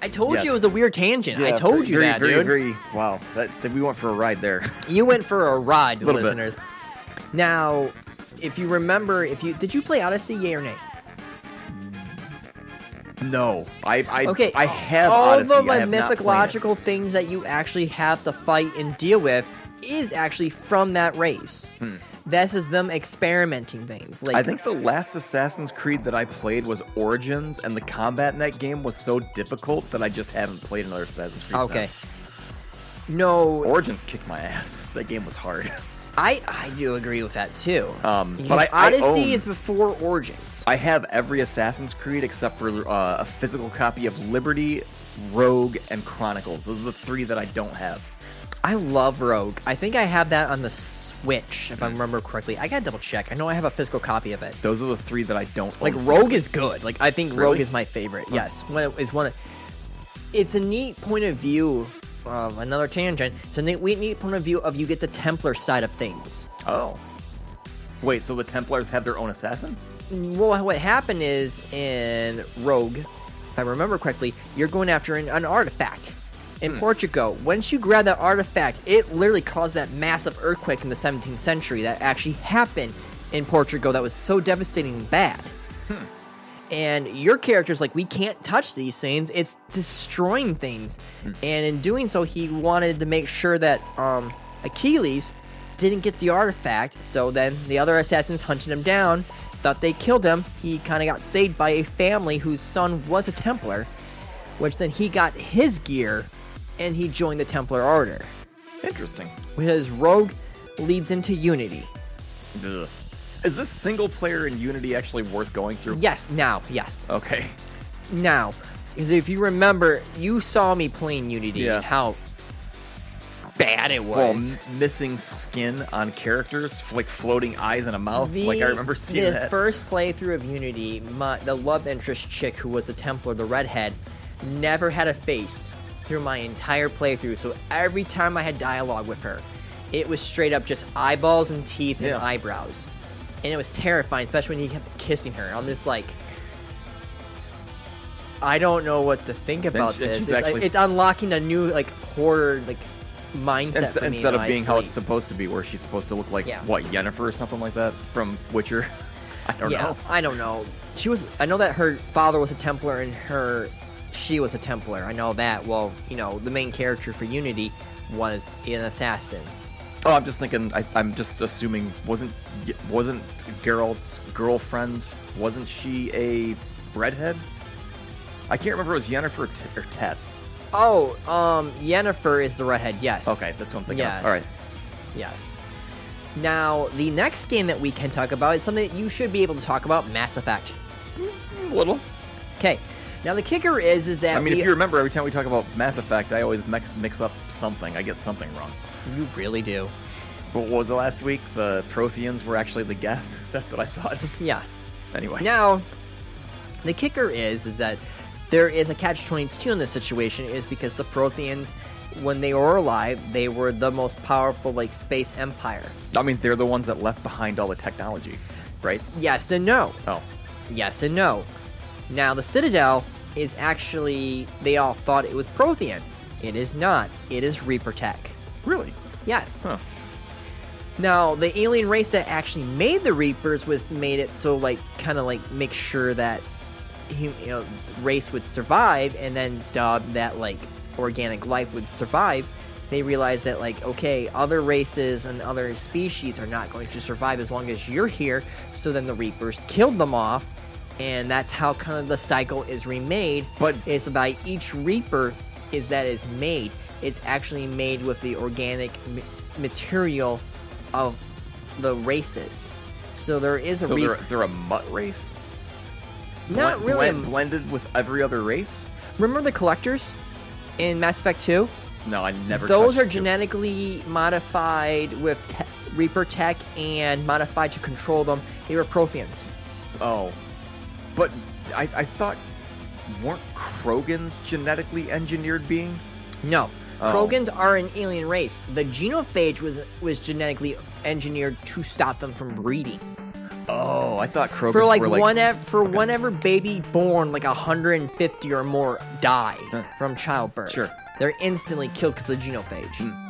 I told
Yes.
you it was a weird tangent. I
Yeah,
told you
very,
that,
very,
dude.
Very, wow, that, that we went for a ride there.
You went for a ride,
Little bit.
listeners. Now, if you remember, if you did you play Odyssey, yay or nay?
no, I, I,
Okay,
I have
all
Odyssey.
of
I
the
have not played it.
mythological things that you actually have to fight and deal with is actually from that race. This is them experimenting things. Like
Hmm. I think the last Assassin's Creed that I played was Origins, and the combat in that game was so difficult that I just haven't played another Assassin's Creed
Okay.
since.
no,
Origins kicked my ass. That game was hard.
I I do agree with that too.
Um, but
Because
I- I
Odyssey
own-
is before Origins.
I have every Assassin's Creed except for uh, a physical copy of Liberty, Rogue, and Chronicles. Those are the three that I don't have.
I love Rogue. I think I have that on the Switch,
Hmm.
if I remember correctly. I gotta double check. I know I have a physical copy of it.
Those are the three that I don't
Like
own.
Rogue is good. Like I think Rogue
Really?
is my favorite. Yes, one of- is one. Of, it's a neat point of view. Of another tangent. It's a neat, we- neat point of view of you get the Templar side of things.
Oh. Wait, so the Templars have their own assassin?
Well, what happened is in Rogue, if I remember correctly, you're going after an, an artifact. In Portugal, once you grab that artifact, it literally caused that massive earthquake in the 17th century that actually happened in Portugal that was so devastating and bad. And your character's like, we can't touch these things. It's destroying things. And in doing so, he wanted to make sure that um, Achilles didn't get the artifact. So then the other assassins hunted him down, thought they killed him. He kind of got saved by a family whose son was a Templar, which then he got his gear and he joined the Templar Order.
Interesting.
Because Rogue leads into Unity.
Ugh. Is this single player in Unity actually worth going through?
Yes, now, yes.
Okay.
now is if you remember you saw me playing unity
Yeah.
and how bad it
Well,
was
m- missing skin on characters, like floating eyes and a mouth. like I remember seeing
the
that.
first playthrough of unity my, the love interest chick who was a templar the redhead never had a face through my entire playthrough so every time i had dialogue with her it was straight up just eyeballs and teeth and
Yeah.
eyebrows and it was terrifying especially when he kept kissing her i'm just like I don't know what to think about
she- and
this.
she's
It's, like-
actually-
it's unlocking a new like horror like mindset
Ins-
for me
instead
when
of
I
being how it's
sleep.
supposed to be, where she's supposed to look like
Yeah.
what Yennefer or something like that from Witcher. I don't
yeah,
know.
I don't know. She was. I know that her father was a Templar and her she was a Templar. I know that. Well, you know, the main character for Unity was an assassin.
Oh, I'm just thinking. I, I'm just assuming wasn't Ye- wasn't Geralt's girlfriend? Wasn't she a redhead? I can't remember. if It was Yennefer or, T- or Tess?
Oh, um, Yennefer is the redhead. Yes.
Okay, that's what I'm thinking.
Yeah.
Of. All right.
Yes. Now, the next game that we can talk about is something that you should be able to talk about: Mass Effect.
Mm, Little.
Okay. Now the kicker is, is that
I mean,
Uh, we
if you remember, every time we talk about Mass Effect, I always mix mix up something. I get something wrong.
You really do.
But what was the last week? The Protheans were actually the guests. That's what I thought.
Yeah.
anyway.
Now, the kicker is is that there is a catch 22 in this situation is because the Protheans when they were alive, they were the most powerful like space empire.
I mean, they're the ones that left behind all the technology, right?
Yes and no.
Oh,
Yes and no. Now, the Citadel is actually, they all thought it was Prothean. It is not. It is Reaper Tech.
really?
Yes.
Huh.
Now, the alien race that actually made the Reapers was made it so, like, kind of like make sure that hum- you know race would survive, and then dub that like organic life would survive. They realized that like okay, other races and other species are not going to survive as long as you're here. So then the Reapers killed them off, and that's how kind of the cycle is remade.
But-
it's by each Reaper is that is made. It's actually made with the organic ma- material of the races. So there is a
So they're,
Reaper.
they're a mutt race?
Not
Blen-
really. a
blen- blended with every other race?
Remember the collectors in Mass Effect 2?
No, I never.
Those
touched
are
you.
genetically modified with te- Reaper tech and modified to control them. They were Protheans.
Oh, but I, I thought weren't Krogans genetically engineered beings?
No.
Oh.
Krogans are an alien race. The genophage was was genetically engineered to stop them from breeding.
Oh, I thought Krogans
For like,
were like
one ev- for whenever baby born, like 150 or more die from childbirth.
Sure. Hmm.
They're instantly killed because of the genophage.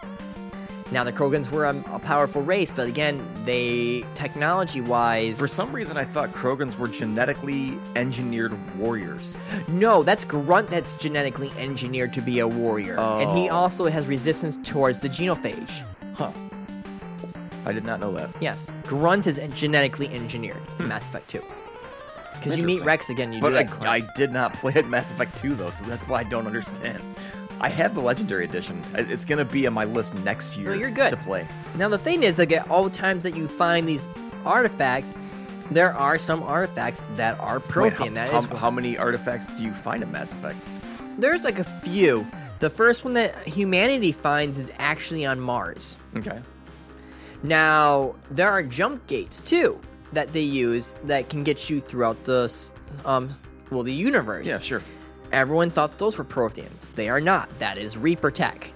Now the Krogans were a, a powerful race, but again, they technology-wise,
For some reason, I thought Krogans were genetically engineered warriors.
no, that's Grunt that's genetically engineered to be a warrior, and he
Oh.
also has resistance towards the genophage.
Huh. I did not know that.
Yes, Grunt is en- genetically engineered. in Mass Effect 2. Because you meet
Hmm. Interesting.
Rex again, you
But
do
I,
that. quest.
I did not play at Mass Effect 2 though, so that's why I don't understand. I have the Legendary Edition. I- It's gonna be on my list next year.
No, Oh, you're good.
to play.
Now the thing is, like at all times that you find these artifacts, there are some artifacts that are
Wait,
Prothean.
how,
That is,
how, how many artifacts do you find in Mass Effect?
there's like a few. The first one that humanity finds is actually on Mars.
Okay.
Now there are jump gates too that they use that can get you throughout the, s- um, well, the universe.
Yeah, sure.
Everyone thought those were Protheans. They are not. That is Reaper tech.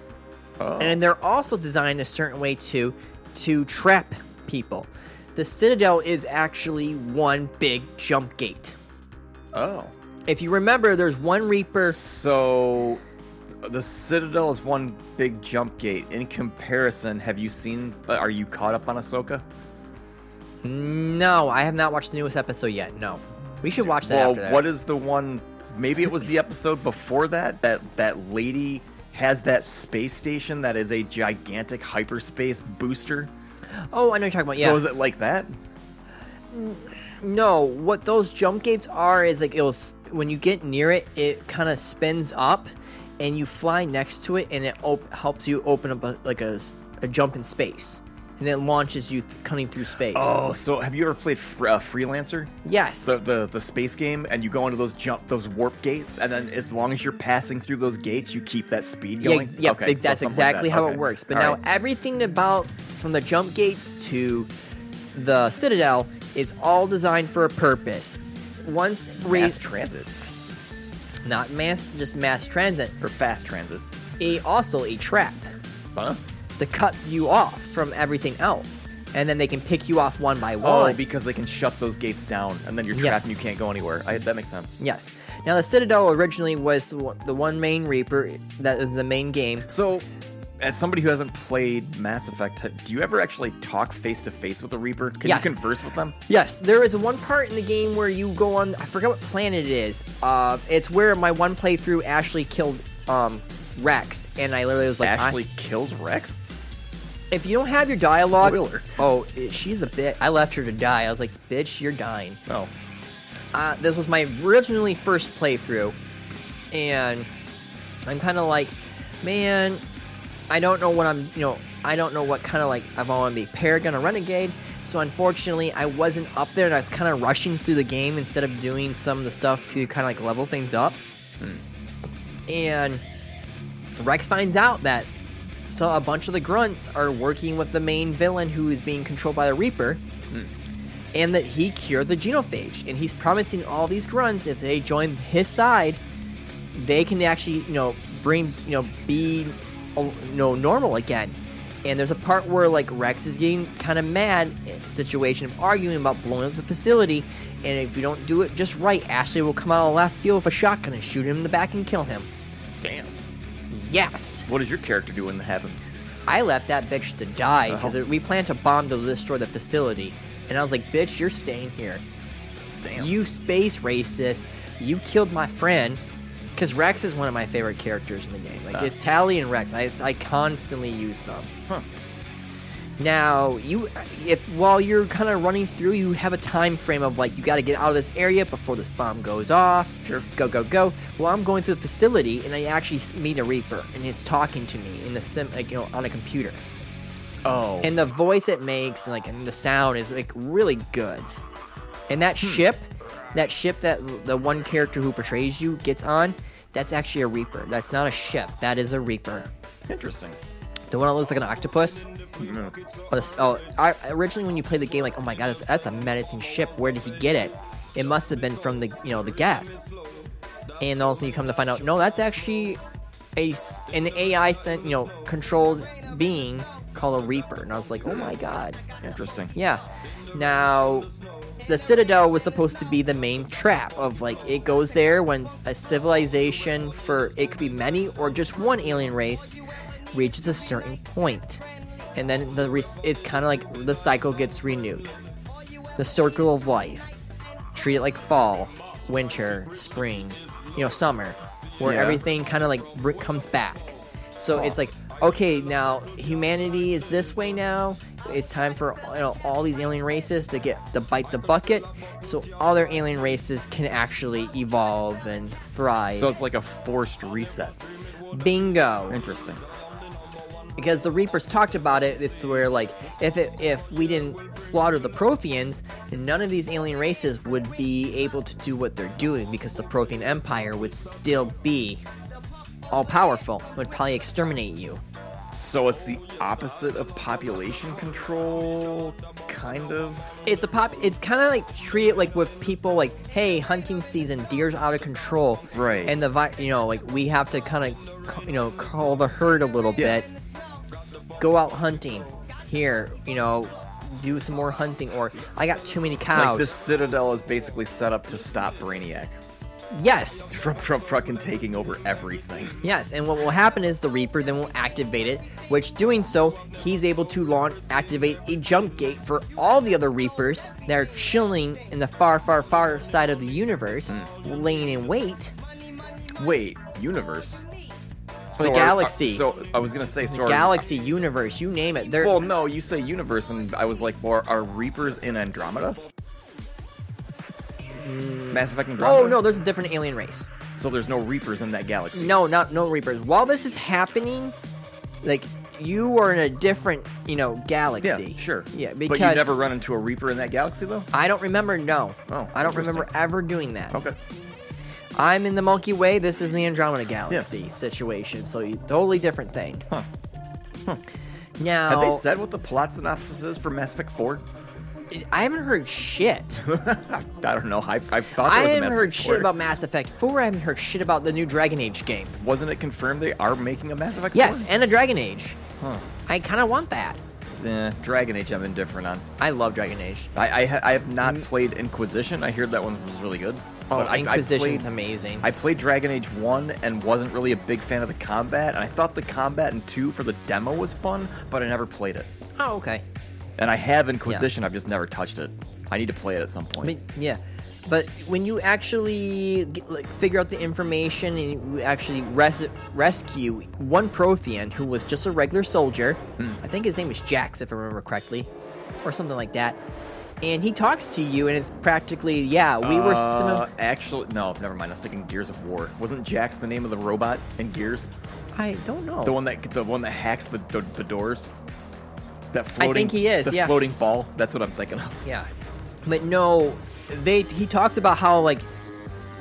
Oh.
And they're also designed a certain way to to trap people. The Citadel is actually one big jump gate.
Oh.
If you remember, there's one Reaper.
So the Citadel is one big jump gate. In comparison, have you seen? uh, Are you caught up on Ahsoka?
No, I have not watched the newest episode yet. No, we should watch that
well,
after that.
what is the one? Maybe it was the episode before that that that lady has that space station that is a gigantic hyperspace booster.
oh, I know what you're talking about. Yeah.
So is it like that?
No, what those jump gates are is like it'll s- when you get near it, it kind of spins up, and you fly next to it, and it op- helps you open up a, like a, s- a jump in space, and it launches you th- cutting through space.
Oh, so have you ever played Fr- uh, Freelancer?
yes,
The, the the space game, and you go into those jump those warp gates, and then as long as you're passing through those gates, you keep that speed
yeah,
going.
ex- yep,
Okay,
ex-
so
that's
something like
exactly
that.
how
Okay.
it works. But
All
now
right.
everything about from the jump gates to the citadel is all designed for a purpose. Once
mass
raised,
transit
not mass, just mass transit.
or fast transit.
A also a trap.
Huh?
to cut you off from everything else, and then they can pick you off one by
Oh,
one.
because they can shut those gates down, and then you're trapped
Yes.
and you can't go anywhere. I, that makes sense.
yes. Now the Citadel originally was the one- the one main Reaper that is the main game.
So, as somebody who hasn't played Mass Effect, do you ever actually talk face to face with the Reaper? Can
Yes.
you converse with them?
Yes, there is one part in the game where you go on. I forgot what planet it is. Uh, it's where my one playthrough Ashley killed um Rex, and I literally was like, I-
Ashley kills Rex.
if you don't have your dialogue,
Spoiler.
oh, it- she's a bit. I left her to die. I was like, bitch, you're dying.
Oh,
uh, this was my originally first playthrough, and I'm kind of like, man, I don't know what I'm, you know, I don't know what kind of like if I want to be Paragon or Renegade. So unfortunately, I wasn't up there, and I was kind of rushing through the game instead of doing some of the stuff to kind of like level things up. And Rex finds out that so a bunch of the grunts are working with the main villain who is being controlled by the Reaper, and that he cured the genophage. And he's promising all these grunts if they join his side, they can actually you know bring you know be oh, you know normal again. And there's a part where like Rex is getting kind of mad eh, situation of arguing about blowing up the facility. And if you don't do it just right, Ashley will come out of left field with a shotgun and shoot him in the back and kill him.
Damn.
Yes.
What does your character do when that happens?
I left that bitch to die because
Oh.
we planned to bomb to destroy the facility. And I was like, bitch, you're staying here.
Damn.
You space racist. You killed my friend. Because Rex is one of my favorite characters in the game. Like,
Ah.
it's Tally and Rex. I, it's- I constantly use them.
Huh.
Now, you, if while you're kind of running through, you have a time frame of like you got to get out of this area before this bomb goes off.
Sure.
Go go go. Well, I'm going through the facility and I actually s- meet a Reaper and it's talking to me in the sim, like, you know, on a computer.
Oh.
And the voice it makes, like, and the sound is like really good. And that ship, that ship that the one character who portrays you gets on, that's actually a Reaper. That's not a ship. That is a Reaper.
Interesting.
The one that looks like an octopus. Oh, this- oh, I, originally when you played the game, like, oh my god, that's, that's a menacing ship. Where did he get it? It must have been from the, you know, the Geth. And all of a sudden you come to find out, no, that's actually a s- an AI sent, you know, controlled being called a Reaper. And I was like, oh my god,
Interesting.
yeah. Now, the Citadel was supposed to be the main trap of like it goes there when a civilization for it could be many or just one alien race reaches a certain point, and then the re- it's kind of like the cycle gets renewed. The circle of life. Treat it like fall, winter, spring, you know, summer, where
Yeah.
everything kind of like r- comes back. So it's like, okay, now humanity is this way now. It's time for you know, all these alien races to get to bite the bucket, so all their alien races can actually evolve and thrive.
So it's like a forced reset.
bingo,
Interesting.
because the Reapers talked about it. It's where like if it, if we didn't slaughter the Protheans, none of these alien races would be able to do what they're doing because the Prothean Empire would still be all powerful. Would probably exterminate you.
So it's the opposite of population control, kind of.
it's a pop it's kind of like treat it like with people like hey hunting season deer's out of control
Right.
and the vi- you know like we have to kind of you know call the herd a little
Yeah.
bit go out hunting here you know do some more hunting or i got too many
It's
cows
like this citadel is basically set up to stop Brainiac
yes
from from fucking taking over everything.
Yes, and what will happen is the Reaper then will activate it, which doing so, he's able to launch activate a jump gate for all the other Reapers that are chilling in the far, far, far side of the universe,
Mm.
laying in wait.
Wait, universe.
the
are- uh,
galaxy.
so I was gonna say, so
The
are-
galaxy, universe, you name it. They're
well, no, you say universe, and I was like, well, are Reapers in Andromeda? Mass Effect Andromeda.
oh no, there's a different alien race.
So there's no Reapers in that galaxy.
No, not no Reapers. While this is happening, like you are in a different, you know,
Yeah,
galaxy.
sure.
Yeah,
but you
because
never run into a Reaper in that galaxy, though.
I don't remember. No,
Oh,
I don't remember
interesting.
ever doing that.
Okay.
I'm in the Milky Way. This is the Andromeda Galaxy situation. So you- totally different thing.
Huh.
Now
Have they said what the plot synopsis is for Mass Effect 4?
I haven't heard shit.
I don't know. I, I thought
I
there was a
haven't
Mass
heard
Effect 4.
shit about Mass Effect 4. I haven't heard shit about the new Dragon Age game.
Wasn't it confirmed they are making a Mass Effect
Yes,
4?
and a Dragon Age.
Huh.
I kind of want that.
Eh, Dragon Age, I'm indifferent on.
I love Dragon Age.
I, I, ha- I have not played Inquisition. I heard that one was really good.
Mm. Oh,
I,
Inquisition's
I played,
amazing.
I played Dragon Age 1 and wasn't really a big fan of the combat, and I thought the combat in 2 for the demo was fun, but I never played it.
oh, okay.
And I have Inquisition, I've just never touched it. I need to play it at some point.
But, yeah. But when you actually get, like, figure out the information and you actually res- rescue one Prothean who was just a regular soldier,
Hmm.
I think his name is Jax, if I remember correctly, or something like that. And he talks to you, and it's practically, yeah, we were.
Uh,
Sim-
actually, no, never mind. I'm thinking Gears of War. Wasn't Jax the name of the robot in Gears?
I don't know.
The one that the one that hacks the the, the doors. That floating.
think he is,
The
yeah.
floating ball. That's what I'm thinking of.
Yeah, but no, they he talks about how like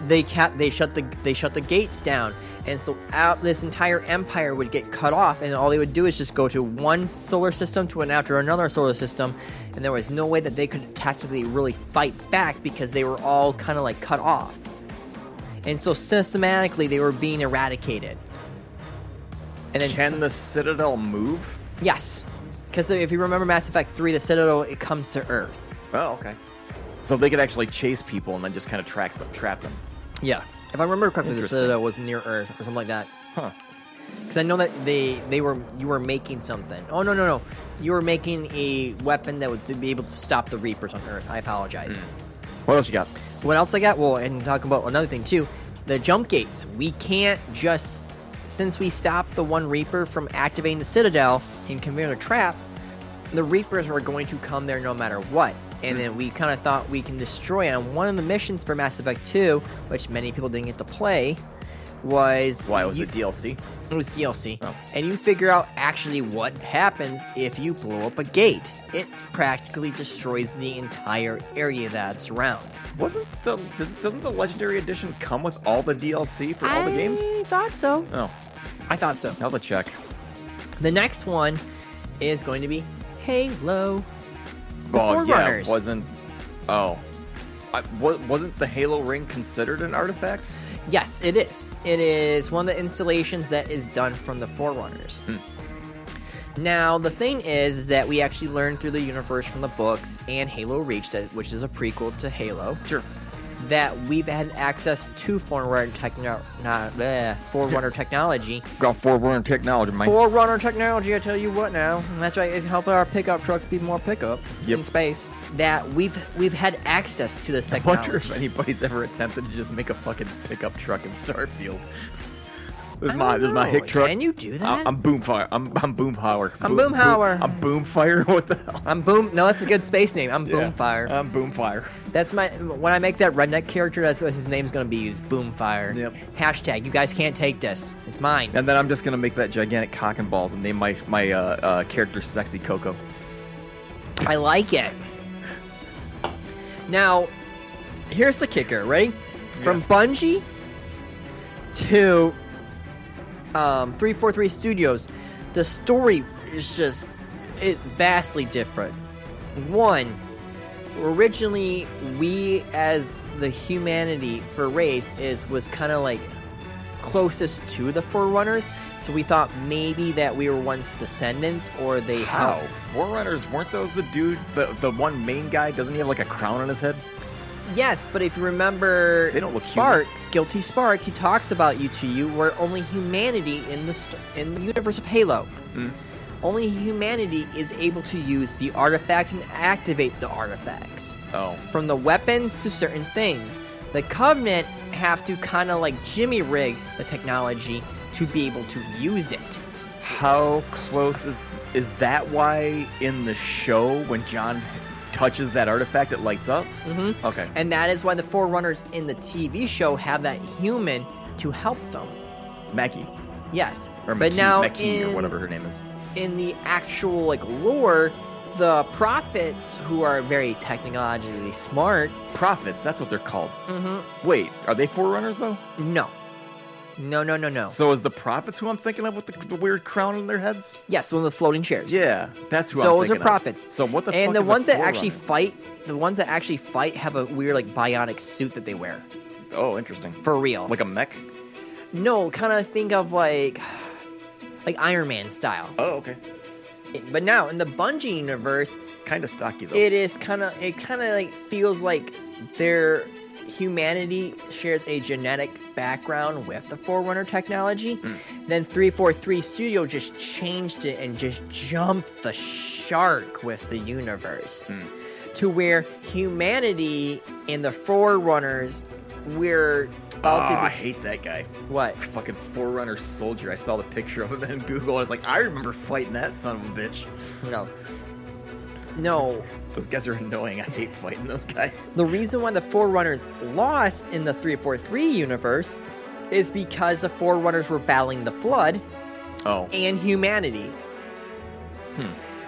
they kept they shut the they shut the gates down, and so out this entire empire would get cut off, and all they would do is just go to one solar system to an after another solar system, and there was no way that they could tactically really fight back because they were all kind of like cut off, and so systematically they were being eradicated. And then
Can
s-
the Citadel move?
yes, because if you remember Mass Effect Three, the Citadel it comes to Earth.
Oh, okay. So they could actually chase people and then just kind of track them, trap them.
Yeah, if I remember correctly, the
Interesting.
Citadel was near Earth or something like that.
Huh.
Because I know that they they were you were making something. Oh no no no, you were making a weapon that would to be able to stop the Reapers on Earth. I apologize.
Mm. What else you got?
What else I got? Well, and talk about another thing too, the jump gates. We can't just since we stopped the one Reaper from activating the Citadel and conveying a trap, the Reapers were going to come there no matter what. And then we kind of thought we can destroy it. And one of the missions for Mass Effect 2, which many people didn't get to play, was
Why was
you-
it DLC?
it was DLC.
Oh.
And you figure out actually what happens if you blow up a gate. It practically destroys the entire area that's around.
Wasn't the does, doesn't the Legendary Edition come with all the DLC for all the games?
I thought so.
Oh,
I thought so.
I'll have to check.
The next one is going to be Halo.
Well, yeah,
Forerunners.
wasn't. Oh, I, wa- wasn't the Halo ring considered an artifact?
Yes, it is. It is one of the installations that is done from the Forerunners. Now, the thing is, is that we actually learned through the universe from the books and Halo Reach, that, which is a prequel to Halo.
Sure.
that we've had access to Forerunner techno- not, bleh, Forerunner technology.
Got forerunner technology, Mike.
Forerunner technology, I tell you what now. And That's right, it's helping our pickup trucks be more pickup
Yep.
in space. That we've we've had access to this
I wonder
technology.
if anybody's ever attempted to just make a fucking pickup truck in Starfield. this is my this is my hick truck.
Can you do
I-
that?
I'm Boomfire. I'm I'm Boomhauer.
I'm
Boom-
Boomhauer.
Boom- I'm Boomfire. What the hell?
I'm boom. No, that's a good space name. I'm
Yeah, Uh,
Boomfire.
I'm Boomfire.
that's my when I make that redneck character. That's what his name's gonna be. Is Boomfire.
Yep.
Hashtag. You guys can't take this. It's mine.
And then I'm just gonna make that gigantic cock and balls and name my my uh, uh, character Sexy Coco.
I like it. Now, here's the kicker, right? From Bungie to um, 343 Studios, the story is just it vastly different. One, originally we as the humanity for race is was kind of like closest to the forerunners so we thought maybe that we were once descendants or they
How? Forerunners weren't those the dude the the one main guy? Doesn't he have like a crown on his head?
Yes, but if you remember
They don't look
Sparks, Guilty Sparks, he talks about you to you were only humanity in the st- in the universe of Halo.
Hmm.
Only humanity is able to use the artifacts and activate the artifacts.
Oh,
From the weapons to certain things, the Covenant have to kind of like jimmy rig the technology to be able to use it.
how close is is that? Why in the show when John touches that artifact, it lights up? Mm-hmm. Okay.
And that is why the Forerunners in the TV show have that human to help them.
Mackie
Yes.
or
but
Mackie,
now
Mackie
in
or whatever her name is.
in the actual like lore, the prophets who are very technologically smart,
Prophets. That's what they're called. Mm-hmm. Wait, are they Forerunners though?
no, no, no, no, no.
So is the prophets who I'm thinking of with the, the weird crown on their heads?
yes, one of the floating chairs.
Yeah, that's who I'm
those are
thinking of.
prophets.
So what the
and
fuck
the
is a
ones that actually
Forerunner?
fight, the ones that actually fight have a weird like bionic suit that they wear
Oh, interesting.
for real.
Like a mech?
no, kind of think of like like Iron Man style.
Oh, okay.
But now in the Bungie universe,
Kind of stocky though.
it is kind of it kind of like feels like their humanity shares a genetic background with the forerunner technology then 343 studio just changed it and just jumped the shark with the universe to where humanity and the forerunners we're
oh,
all to
I
be-
hate that guy.
what
Fucking forerunner soldier. I saw the picture of him in Google. I was like, I remember fighting that son of a bitch.
no no
Those guys are annoying. I hate fighting those guys.
The reason why the Forerunners lost in the 343 universe is because the Forerunners were battling the Flood
Oh,
and humanity.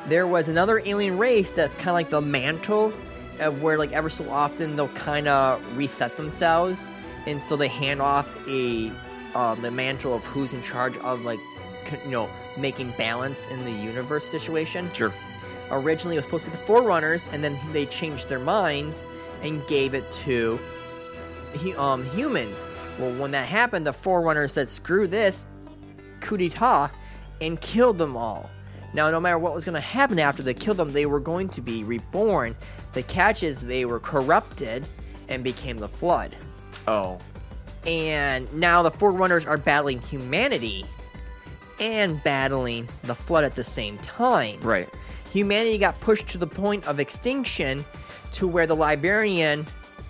There was another alien race that's kind of like the mantle of where, like, ever so often they'll kind of reset themselves and so they hand off a um, the mantle of who's in charge of like c- you know making balance in the universe situation
Sure.
originally it was supposed to be the forerunners and then they changed their minds and gave it to hu- um, humans well when that happened the forerunners said screw this coup d'etat and killed them all now no matter what was going to happen after they killed them they were going to be reborn the catch is they were corrupted and became the flood
Oh,
and now the forerunners are battling humanity and battling the flood at the same time
right.
humanity got pushed to the point of extinction to where the Liberian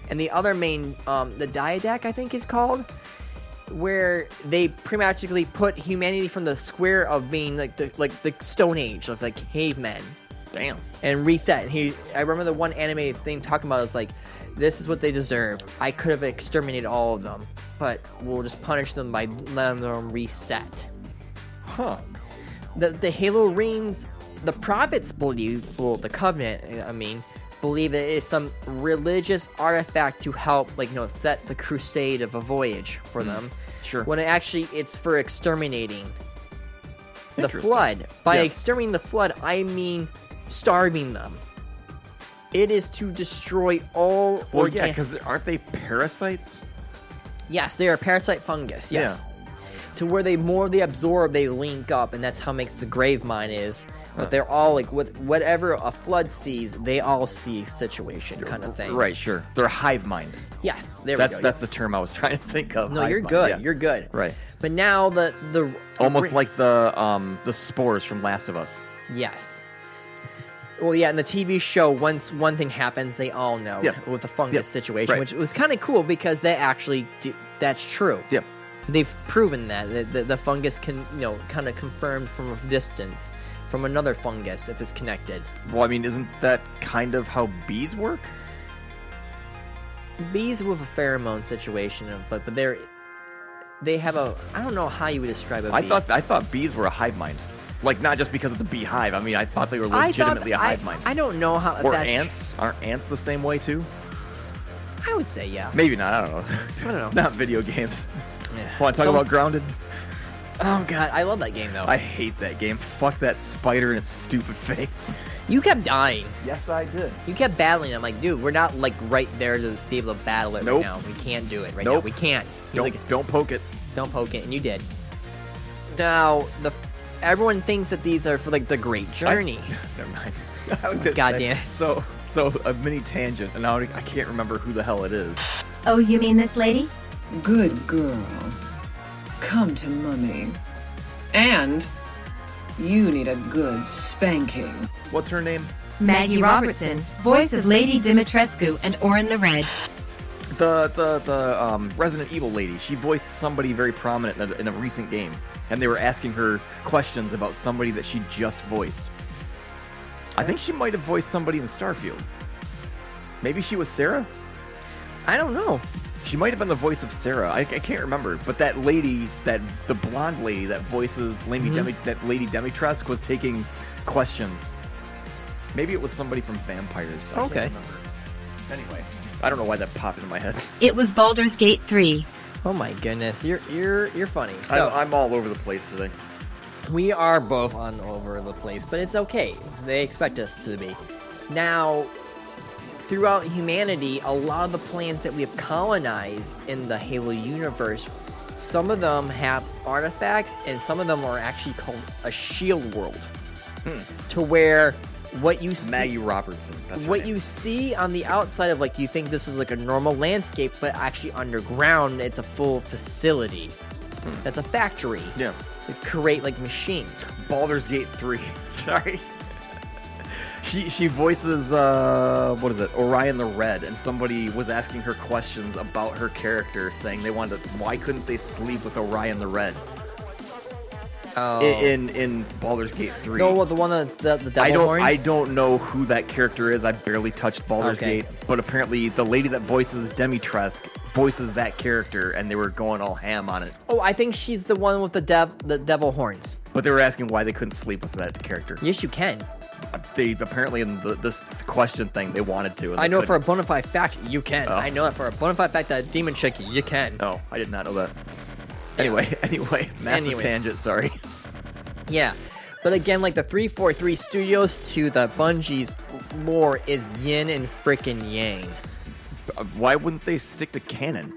and the other main, um, the Diadac, I think is called, where they prematurely put humanity from the square of being like the, like the Stone Age of like cavemen
Damn.
and reset. And he, I remember the one animated thing talking about is like, this is what they deserve. I could have exterminated all of them, but we'll just punish them by letting them reset
Huh.
the, the Halo rings, the prophets believe, well, the covenant, I mean, believe it is some religious artifact to help, like, you know, set the crusade of a voyage for them.
Hmm. sure.
When it actually it's for exterminating the
Interesting.
flood. By
Yeah.
exterminating the flood, I mean starving them. It is to destroy all.
Well, yeah,
organ-
because aren't they parasites?
yes, they are parasite fungus. Yes. to where they more they absorb, they link up, and that's how makes the grave mine is. But they're all like with whatever a flood sees, they all see situation kind of thing.
Right. Sure. They're hive mind.
Yes. There
That's
we go.
that's the term I was trying to think of.
no.
hive
You're
mind,
good.
yeah.
You're good.
Right.
But now the the
Almost like the um the spores from Last of Us.
yes. Well, yeah, in the TV show, once one thing happens, they all know
Yeah.
with the fungus
Yeah.
situation,
Right.
which was kind of cool because they actually do, that's true.
Yep.
they've proven that the, the, the fungus can you know kind of confirmed from a distance from another fungus if it's connected
Well, I mean, isn't that kind of how bees work?
bees with a pheromone situation of but but they're they have a i don't know how you would describe a bee.
I thought I thought bees were a hive mind. Like not just because it's a beehive. I mean, I thought they were
I thought-
legitimately a hive
I,
mind.
I don't know how if
or
that's tr-
ants? Aren't ants the same way too?
i would say yeah
Maybe not. I don't know. it's not video games. Want to talk
Some-
about grounded?
oh god i love that game though
I hate that game. Fuck that spider and its stupid face.
you kept dying
Yes, I did.
you kept battling i'm like dude we're not like right there to be able to battle it
Nope.
right now we can't do it right now
Nope.
we can't He's
Don't
like,
don't poke it.
Don't poke it, and you did. Now the everyone thinks that these are for like the great
I s-
journey.
Never mind. I was gonna
Goddamn.
say, So so a mini tangent, and now I can't remember who the hell it is.
Oh, you mean this lady?
Good girl. Come to mummy. And you need a good spanking.
What's her name?
Maggie Robertson, voice of Lady Dimitrescu and Orin the Red.
The the the um, Resident Evil lady. She voiced somebody very prominent in a, in a recent game, and they were asking her questions about somebody that she just voiced. I think she might have voiced somebody in Starfield. Maybe she was Sarah.
I don't know.
She might have been the voice of Sarah. I, I can't remember, but that lady, that the blonde lady that voices Lady Demi, that Lady Demitresque was taking questions. Maybe it was somebody from Vampires. I can't
Okay.
remember. Anyway, I don't know why that popped into my head.
It was Baldur's Gate 3.
Oh my goodness, you're you're you're funny. So
I'm, I'm all over the place today.
we are both on over the place, but it's okay. They expect us to be. Now, throughout humanity, a lot of the planets that we have colonized in the Halo universe, some of them have artifacts, and some of them are actually called a shield world, to where what you see.
Maggie Robertson. That's her
what
name.
you see on the outside of like you think this is like a normal landscape, but actually underground, it's a full facility. That's a factory.
Hmm. Yeah.
They create like machines.
Baldur's Gate three. Sorry. She, she voices uh, what is it Orion the Red and somebody was asking her questions about her character saying they wanted to, why couldn't they sleep with Orion the Red
Oh.
I- in in Baldur's Gate three.
no, well, the one that's the, the devil
I don't
horns.
I don't know who that character is. I barely touched Baldur's
Okay.
Gate, but apparently the lady that voices Demitresque voices that character and they were going all ham on it.
Oh, I think she's the one with the dev the devil horns.
But they were asking why they couldn't sleep with that character.
Yes, you can.
I, they apparently in the, this question thing they wanted to. and
I
they
know for a
couldn't.
bona fide fact you can.
Oh.
I know that for a bona fide fact that demon chick you can.
Oh, I did not know that. Anyway, anyway, massive
Anyways.
tangent. Sorry.
Yeah. But again, like the 343 studios to the Bungie's lore is yin and freaking yang.
Why wouldn't they stick to canon?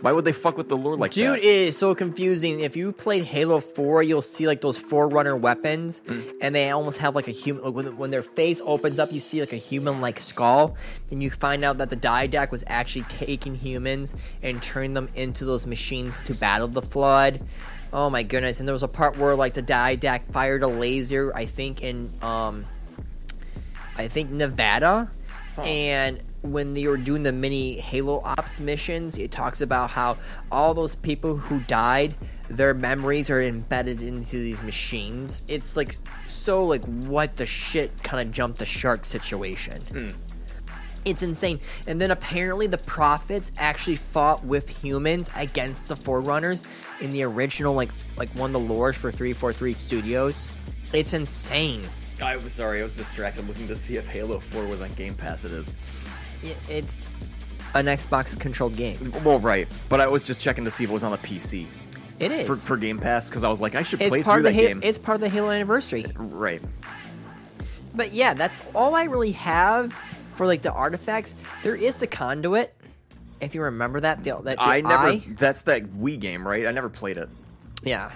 Why would they fuck with the lore like
Dude,
that?
it is so confusing. If you played Halo 4, you'll see like those Forerunner weapons,
Mm.
and they almost have like a human. Like, when, when their face opens up, you see like a human like skull, and you find out that the Didac was actually taking humans and turning them into those machines to battle the Flood. Oh my goodness. And there was a part where like the Didac fired a laser, I think, in. um I think Nevada. And when they were doing the mini Halo Ops missions, it talks about how all those people who died, their memories are embedded into these machines. It's like so like what the shit kind of jumped the shark situation. It's insane. And then apparently the prophets actually fought with humans against the forerunners in the original like like one of the lores for 343 Studios. It's insane.
I was sorry. I was distracted looking to see if Halo 4 was on Game Pass. It is.
Yeah, it's an Xbox controlled game.
Well, right. But I was just checking to see if it was on the PC
It is.
for, for Game Pass because I was like, I should play
it's part
through
of the
that
Halo,
game.
it's part of the Halo anniversary.
right.
But yeah, that's all I really have for like the artifacts. There is the conduit, if you remember that. The, that the
I never.
eye.
That's that Wii game, right? I never played it.
Yeah,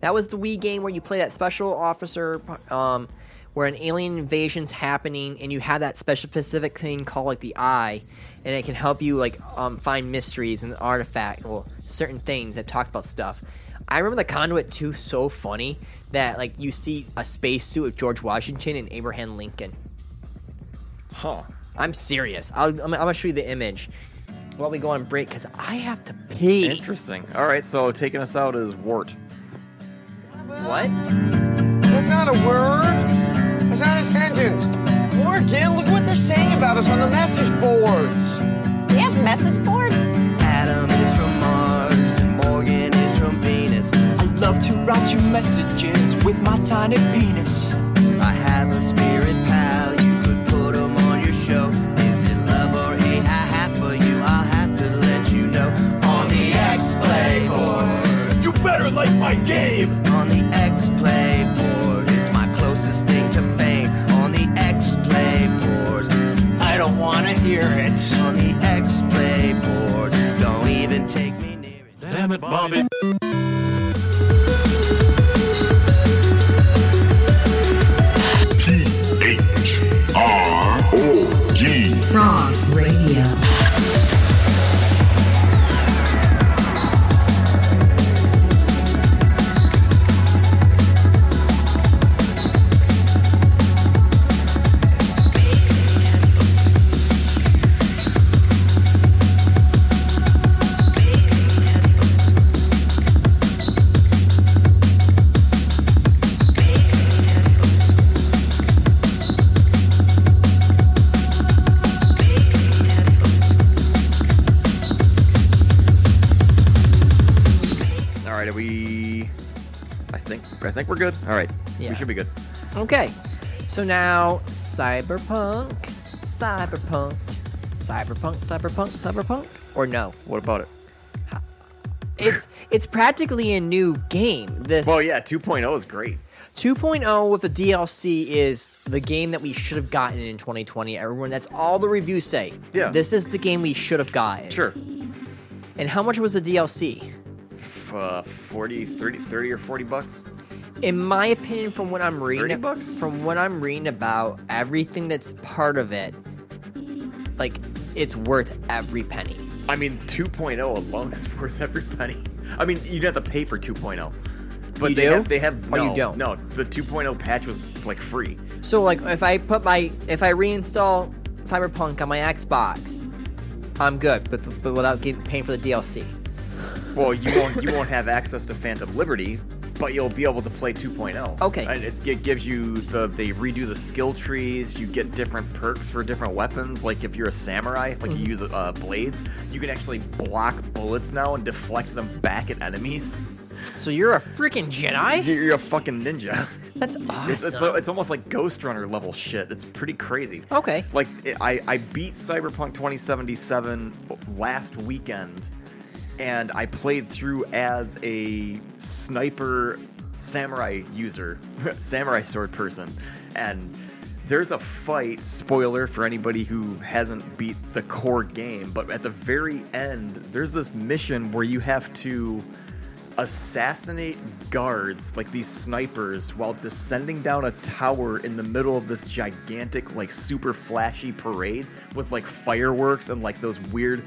that was the Wii game where you play that special officer, um, where an alien invasion's happening, and you have that special specific thing called like the Eye, and it can help you like um, find mysteries and artifact, well, certain things that talks about stuff. I remember the conduit too, so funny that like you see a spacesuit of George Washington and Abraham Lincoln.
Huh.
I'm serious. I'll, I'm, I'm gonna show you the image while we go on break because I have to pee.
Interesting. All right. So taking us out is Wart.
what?
That's not a word. That's not a sentence. Morgan, look what they're saying about us on the message boards.
They have message boards.
Adam is from Mars, and Morgan is from Venus. I love to write you messages with my tiny penis. I have a spirit pal, you could put him on your show. Is it love or hate I have for you? I'll have to let you know on the X Play board. You better like my game! On the X Play board, it's my closest thing to fame. On the X Play board, I don't wanna hear it. On the X Play board, don't even take me near it.
Damn it, Bobby.
P-H-R-O-G.
Raw Radio.
All right. Are we? I think. I think we're good. All right.
Yeah.
We should be good.
Okay, so now cyberpunk, cyberpunk, cyberpunk, cyberpunk, cyberpunk, or no?
What about it?
It's it's practically a new game. This
Well, yeah. 2.0 is great.
2.0 with the DLC is the game that we should have gotten in 2020. Everyone, that's all the reviews say.
Yeah.
this is the game we should have gotten.
Sure.
And how much was the DLC?
F- uh, 40, 30, 30 or 40 bucks.
in my opinion, from what I'm reading,
30 bucks?
from what I'm reading about everything that's part of it, like it's worth every penny.
I mean, 2.0 alone is worth every penny. I mean, you'd have to pay for 2.0. But
You
they
do?
have they have
Or
no
you don't?
no the 2.0 patch was like free.
So like, if I put my if I reinstall Cyberpunk on my Xbox, I'm good, but but without getting, paying for the DLC.
Well, you won't you won't have access to Phantom Liberty, but you'll be able to play 2.0.
Okay.
And it's, it gives you the they redo the skill trees. You get different perks for different weapons. Like if you're a samurai, like
Mm-hmm.
you use uh, blades, you can actually block bullets now and deflect them back at enemies.
So you're a freaking Jedi?
You're a fucking ninja.
That's
It's, it's,
awesome.
it's almost like Ghost Runner level shit. It's pretty crazy.
Okay.
Like it- I, I beat Cyberpunk 2077 last weekend, and I played through as a sniper samurai user, samurai sword person, and there's a fight. Spoiler for anybody who hasn't beat the core game, but at the very end, there's this mission where you have to assassinate guards like these snipers while descending down a tower in the middle of this gigantic like super flashy parade with like fireworks and like those weird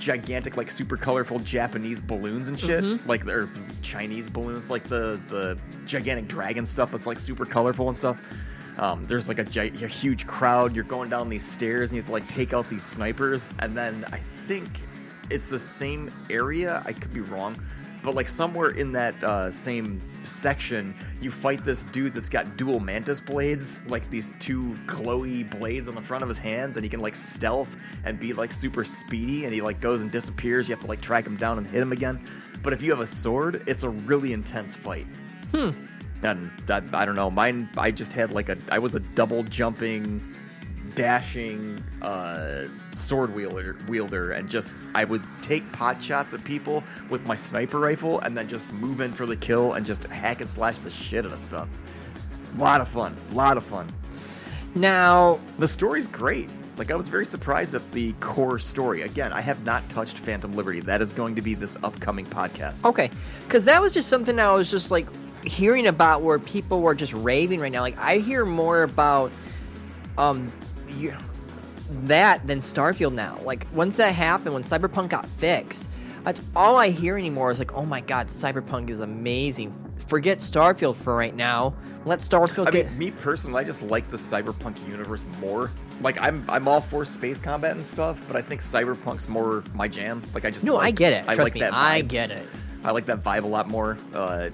gigantic like super colorful japanese balloons and shit like or chinese balloons like the the gigantic dragon stuff that's like super colorful and stuff um, there's like a, gi- a huge crowd you're going down these stairs and you have to like take out these snipers and then i think it's the same area. I could be wrong, but like somewhere in that uh, same section, you fight this dude that's got dual mantis blades, like these two glowy blades on the front of his hands, and he can like stealth and be like super speedy, and he like goes and disappears. You have to like track him down and hit him again. But if you have a sword, it's a really intense fight. Hmm. And that I don't know. Mine, I just had like a I was a double jumping dashing uh, sword wielder, wielder and just I would take pot shots at people with my sniper rifle and then just move in for the kill and just hack and slash the shit out of stuff. Lot of fun, lot of fun.
Now,
The story's great. Like I was very surprised at the core story. Again, I have not touched Phantom Liberty. That is going to be this upcoming podcast.
okay, because that was just something I was just like hearing about where people were just raving right now. Like I hear more about um you, that than Starfield now. Like once that happened, when Cyberpunk got fixed, that's all I hear anymore is like, oh my god, Cyberpunk is amazing. Forget Starfield for right now. Let Starfield
I
get.
mean, me personally, I just like the cyberpunk universe more. Like I'm, I'm all for space combat and stuff, but I think cyberpunk's more my jam. Like I just
no, I
like-
get it. Trust
I like
me,
that. Vibe.
I get it.
I like that vibe a lot more. Uh,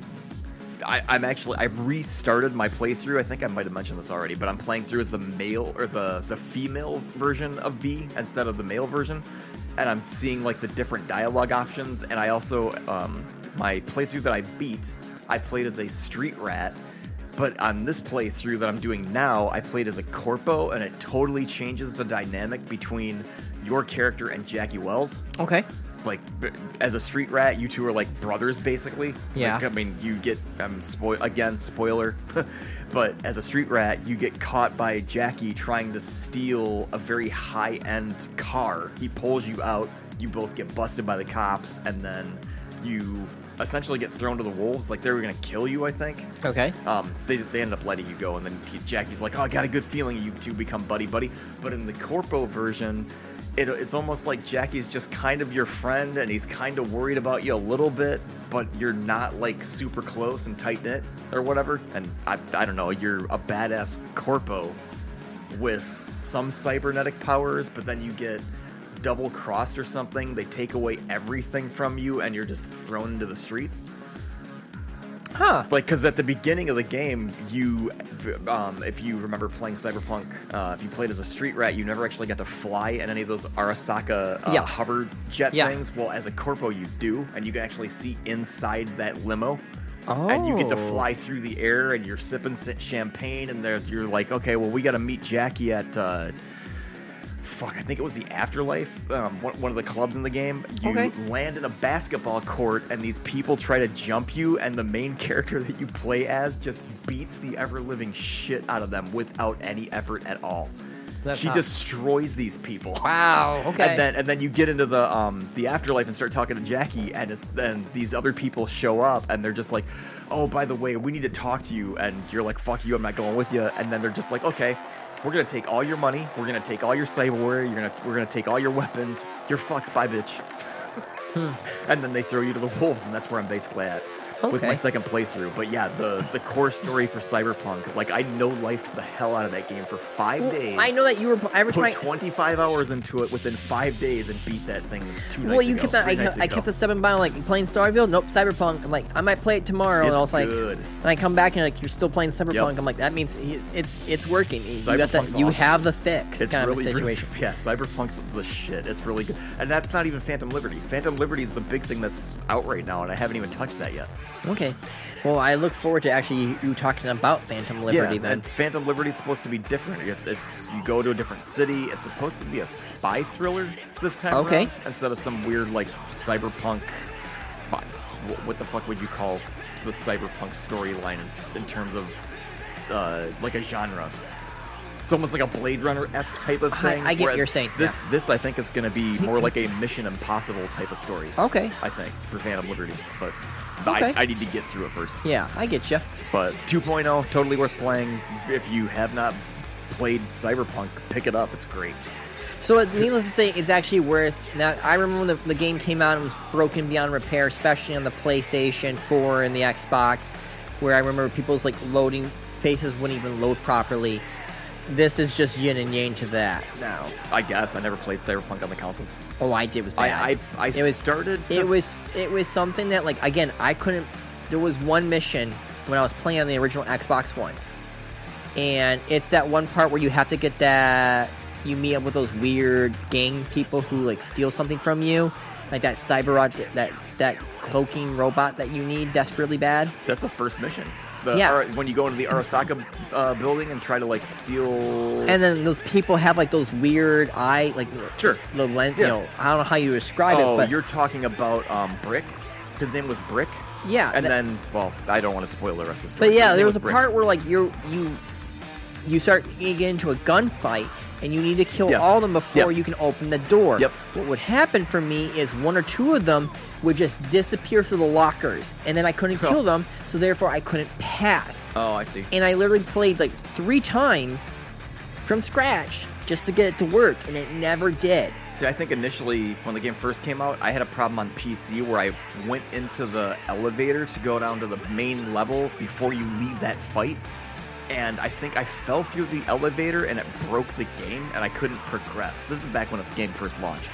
I, I'm actually I've restarted my playthrough. I think I might have mentioned this already, but I'm playing through as the male or the the female version of V instead of the male version, and I'm seeing like the different dialogue options. And I also um, my playthrough that I beat, I played as a street rat. But on this playthrough that I'm doing now, I played as a corpo, and it totally changes the dynamic between your character and Jackie Wells
Okay.
like b- as a street rat, you two are like brothers basically.
Yeah.
Like, I mean, you get um spoil again spoiler, but as a street rat, you get caught by Jackie trying to steal a very high end car. He pulls you out. You both get busted by the cops, and then you essentially get thrown to the wolves. Like they were gonna kill you, I think
Okay.
um, they, they end up letting you go, and then he- Jackie's like, "Oh, I got a good feeling you two become buddy buddy." But in the corpo version, it, it's almost like Jackie's just kind of your friend, and he's kind of worried about you a little bit, but you're not like super close and tight knit or whatever. And I, I don't know, you're a badass corpo with some cybernetic powers, but then you get double crossed or something. They take away everything from you, and you're just thrown into the streets
Huh.
like because at the beginning of the game you um, if you remember playing cyberpunk uh, if you played as a street rat you never actually got to fly in any of those arasaka uh,
Yeah.
hover jet
Yeah.
things well as a corpo you do and you can actually see inside that limo and you get to
Oh.
fly through the air and you're sipping si- champagne and there you're like okay well we got to meet jackie at uh, fuck, I think it was the Afterlife, um, one, one of the clubs in the game. You
Okay.
land in a basketball court, and these people try to jump you, and the main character that you play as just beats the ever living shit out of them without any effort at all.
That's
she
hot.
destroys these people.
Wow. Okay.
And then and then you get into the um the afterlife and start talking to Jackie and it's then these other people show up and they're just like, Oh, by the way, we need to talk to you and you're like, fuck you, I'm not going with you and then they're just like, Okay, we're gonna take all your money, we're gonna take all your cyberware, you're gonna we're gonna take all your weapons, you're fucked by bitch.
Hmm.
and then they throw you to the wolves and that's where I'm basically at. With my
Okay.
second playthrough, but yeah, the the core story for Cyberpunk, like I no lifed the hell out of that game for five days
I know that you were. I was
put
trying.
25 hours into it within five days and beat that thing two nights
Well, you
ago,
kept on.
three
I,
nights
I
ago.
kept the seven by like you playing Starfield. Nope, Cyberpunk. I'm like, I might play it tomorrow, and I
It's
was like,
good.
and I come back and like you're still playing Cyberpunk. I'm like, that means he- it's it's working. You got
Cyberpunk's
the, you
awesome.
have the fix
It's
kind
really,
of a
really,
situation.
yeah. Cyberpunk's the shit. It's really good, and that's not even Phantom Liberty. Phantom Liberty is the big thing that's out right now, and I haven't even touched that yet.
Okay. Well, I look forward to actually you talking about Phantom Liberty
yeah,
then.
and Phantom Liberty is supposed to be different. It's it's you go to a different city. It's supposed to be a spy thriller this time.
Okay.
around, instead of some weird like cyberpunk. But wh- what the fuck would you call the cyberpunk storyline in, in terms of uh, like a genre? It's almost like a Blade Runner esque type of
I-
thing.
Uh-huh, I get what
whereas
you're saying,
This this I think is going to be more like a Mission Impossible type of story.
Okay.
I think for Phantom Liberty, but
Oh. Okay.
I, I need to get through it first.
Yeah, I get you.
But 2.0, totally worth playing. If you have not played Cyberpunk, pick it up. It's great.
So, it, needless to say, it's actually worth. Now, I remember when the, the game came out and was broken beyond repair, especially on the PlayStation 4 and the Xbox, where I remember people's like loading faces wouldn't even load properly. This is just yin and yang to that now.
I guess I never played Cyberpunk on the console.
Oh, I did was
I-
bad.
I- I started to-
It was it was something that like again I couldn't. There was one mission when I was playing on the original Xbox One, and it's that one part where you have to get that you meet up with those weird gang people who like steal something from you, like that cyberrod that that cloaking robot that you need desperately bad.
That's the first mission. The,
Yeah.
Ara- when you go into the Arasaka uh, building and try to like steal.
And then those people have like those weird eye like
Sure.
the lens.
Yeah.
You know I don't know how you describe
oh,
it, but
you're talking about um, Brick. His name was Brick.
Yeah,
And
that-
then, well, I don't want to spoil the rest of the story.
But yeah,
His
there
name
was a
Brick.
part where like you you you start you get into a gunfight and you need to kill
Yeah.
all of them before
Yep.
you can open the door.
Yep.
What would happen for me is one or two of them would just disappear through the lockers, and then I couldn't
Oh.
kill them, so therefore I couldn't pass.
Oh, I see.
And I literally played like three times from scratch just to get it to work, and it never did.
See, I think initially when the game first came out, I had a problem on PC where I went into the elevator to go down to the main level before you leave that fight. And I think I fell through the elevator and it broke the game and I couldn't progress. This is back when the game first launched.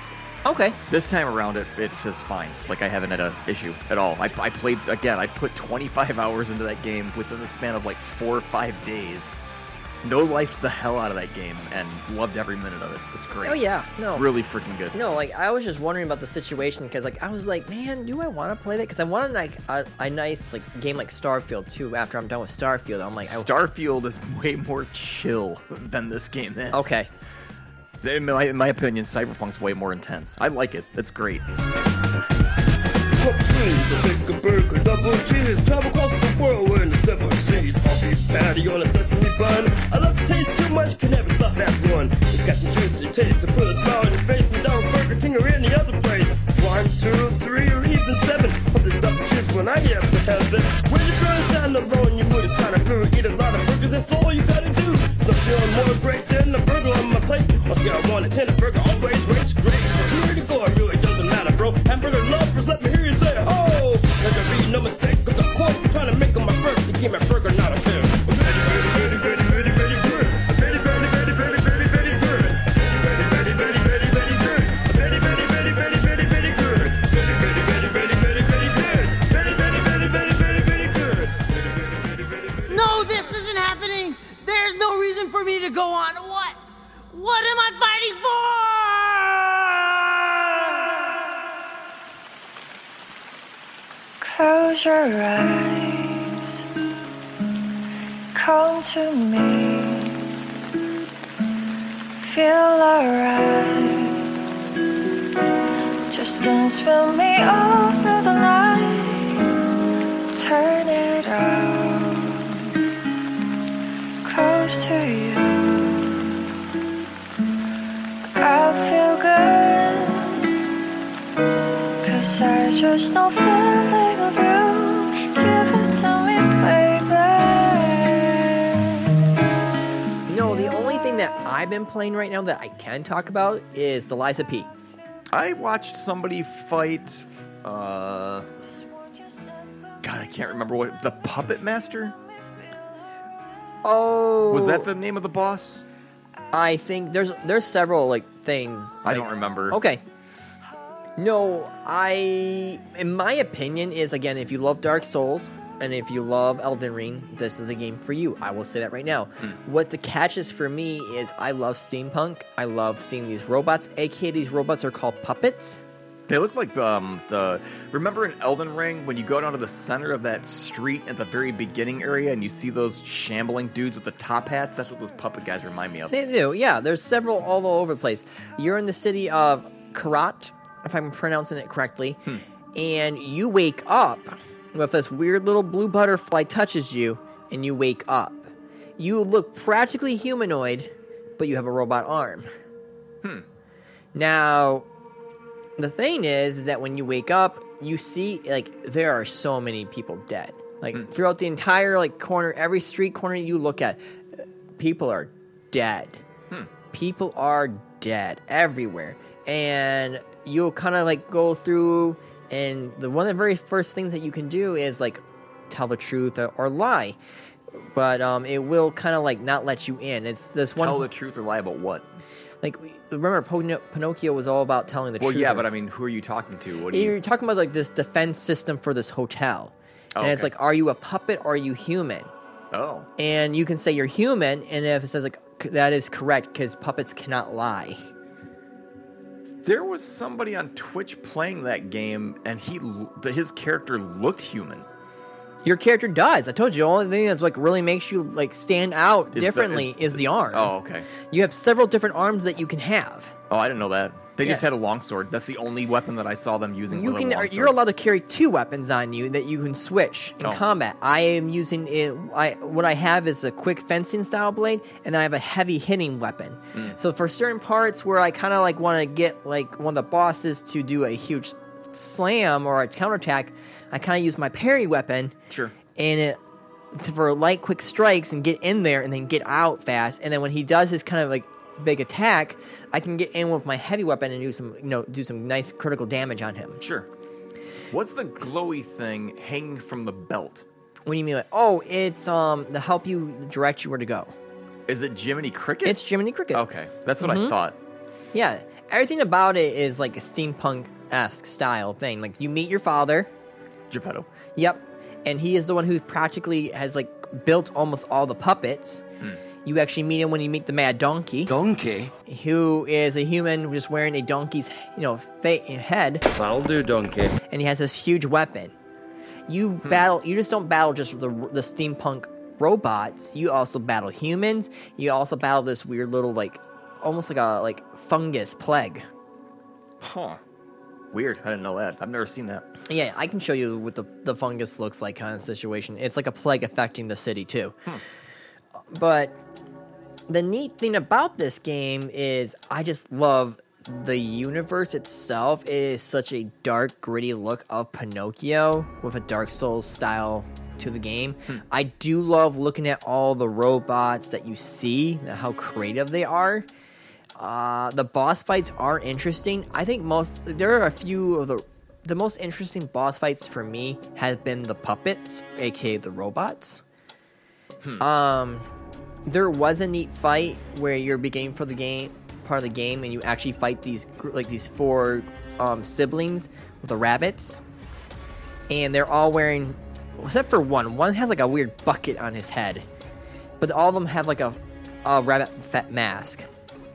Okay.
This time around, it, it's just fine. Like, I haven't had an issue at all. I, I played, again, I put 25 hours into that game within the span of like four or five days. No life the hell out of that game and loved every minute of it. It's great.
Oh yeah. No.
Really freaking good.
No, like I was just wondering about the situation because, like, I was like, man, do I want to play that? Because I wanted like a, a nice like game like Starfield too. After I'm done with Starfield, I'm like, I-
Starfield is way more chill than this game is.
okay,
In my, in my opinion, Cyberpunk's way more intense. I like it. It's great.
What brings a bigger burger, double cheese? Travel across the world, we're in the seven seas. Coffee patty on a sesame bun. I love the taste too much, can never stop that one. It's got the juicy taste to put a smile on your face without Burger King or any other place. One, two, three, or even seven of the double cheese when I get up to heaven. When you're feeling sad and alone, you mood is kind of good. Eat a lot of burgers, that's all you gotta do. So feeling more great than the burger on my plate. On scale of one to ten, a burger always rates great. Here to go, it really doesn't matter, bro. Hamburger lovers, let me hear you say ho. Let there be no mistake of the quote. I'm trying to make on my first to keep my burger not a fair. I'm very, very, very, very, very, very good. I'm very, very, very, very, very, very good. I'm very, very, very, very, very, very good. I'm very, very, very, very, very, very good. Very, very, very, very, very, very good. Very, very, very, very, very, very good. Very, very, very, very, very, very
No, this isn't happening. There's no reason for me to go on. What? What am I fighting for?
Close your eyes. Come to me. Feel alright. Just dance with me all through the night. Turn it up. Close to you. I feel good. Cause I just know feeling of you. Give it to me, baby.
no, the only thing that I've been playing right now that I can talk about is the Liza P.
I watched somebody fight. Uh, God, I can't remember what the Puppet Master
Oh,
was. That the name of the boss?
I think there's there's several like things.
I
like-
don't remember.
Okay. No, I in my opinion is again if you love Dark Souls and if you love Elden Ring, this is a game for you. I will say that right now. What the catch is for me is I love steampunk. I love seeing these robots, aka these robots are called puppets.
They look like um, the. Remember in Elden Ring when you go down to the center of that street at the very beginning area and you see those shambling dudes with the top hats? That's what those puppet guys remind me of.
They do, yeah. There's several all over the place. You're in the city of Karat, if I'm pronouncing it correctly, and you wake up with this weird little blue butterfly touches you, and you wake up. You look practically humanoid, but you have a robot arm. Now, the thing is, is that when you wake up, you see like there are so many people dead. Like
Mm.
throughout the entire like corner, every street corner you look at, uh, people are dead.
Hmm.
People are dead everywhere, and you'll kind of like go through. And the one of the very first things that you can do is like tell the truth or, or lie, but um, it will kind of like not let you in. It's this one
Tell the truth or lie about what?
like remember Pon- Pinocchio was all about telling the
Well,
truth.
yeah, but I mean, who are you talking to? What do
you're
you?
talking about like this defense system for this hotel,
Oh,
and it's
okay.
like, are you a puppet? Or are you human?
Oh,
And you can say you're human, and if it says like c- that is correct because puppets cannot lie.
there was somebody on Twitch playing that game, and he l- the- his character looked human.
Your character dies. I told you. The only thing that's like really makes you like stand out
the-
differently is
is-
the arm.
Oh, okay.
You have several different arms that you can have.
Oh, I didn't know that. They just
Yes.
had a longsword. That's the only weapon that I saw them using.
You
was
can.
A
are-
longsword.
You're allowed to carry two weapons on you that you can switch in
Oh.
combat. I am using it. I what I have is a quick fencing style blade, and I have a heavy hitting weapon.
Mm.
So for certain parts where I kind of like want to get like one of the bosses to do a huge slam or a counterattack, I kind of use my parry weapon.
Sure.
And it for light quick strikes and get in there and then get out fast. And then when he does his kind of like big attack, I can get in with my heavy weapon and do some you know do some nice critical damage on him.
Sure. What's the glowy thing hanging from the belt?
What do you mean? Like, oh, it's um to help you direct you where to go.
Is it Jiminy Cricket?
It's Mm-hmm. Jiminy Cricket.
okay. That's what I thought.
Yeah, everything about it is like a steampunk esque style thing. Like you meet your father.
Geppetto.
Yep, and he is the one who practically has like built almost all the puppets.
Hmm.
You actually meet him when you meet the mad donkey,
Donkey?
who is a human just wearing a donkey's you know fa- head,
That'll do, donkey. Hmm.
and he has this huge weapon. You battle. You just don't battle just the the steampunk robots. You also battle humans. You also battle this weird little like, almost like a like fungus plague.
Huh. Weird. I didn't know that. I've never seen that.
Yeah, I can show you what the the fungus looks like kind of situation. It's like a plague affecting the city too. But the neat thing about this game is I just love the universe itself It is such a dark, gritty look of Pinocchio with a Dark Souls style to the game. I do love looking at all the robots that you see, how creative they are. Uh, the boss fights are interesting. I think most there are a few of the the most interesting boss fights for me have been the puppets, aka the robots. Um, there was a neat fight where you're beginning for the game part of the game, and you actually fight these gr- like these four um, siblings with the rabbits, and they're all wearing except for one. One has like a weird bucket on his head, but all of them have like a a rabbit fat mask.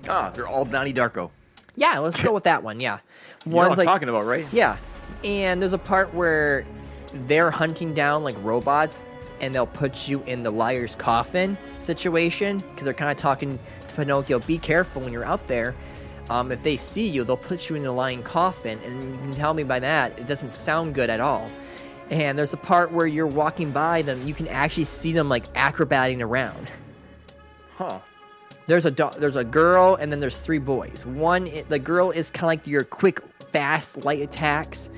Ah, they're all Donnie Darko.
Yeah, let's go with that one. Yeah,
You know what
one's
I'm
like
talking about, right?
yeah, and there's a part where they're hunting down like robots, and they'll put you in the liar's coffin situation because they're kind of talking to Pinocchio. Be careful when you're out there. Um, if they see you, they'll put you in the lying coffin, and you can tell me by that it doesn't sound good at all. And there's a part where you're walking by them, you can actually see them like acrobating around
Huh.
there's a do- there's a girl and then there's three boys. One i- the girl is kind of like your quick, fast, light attacks.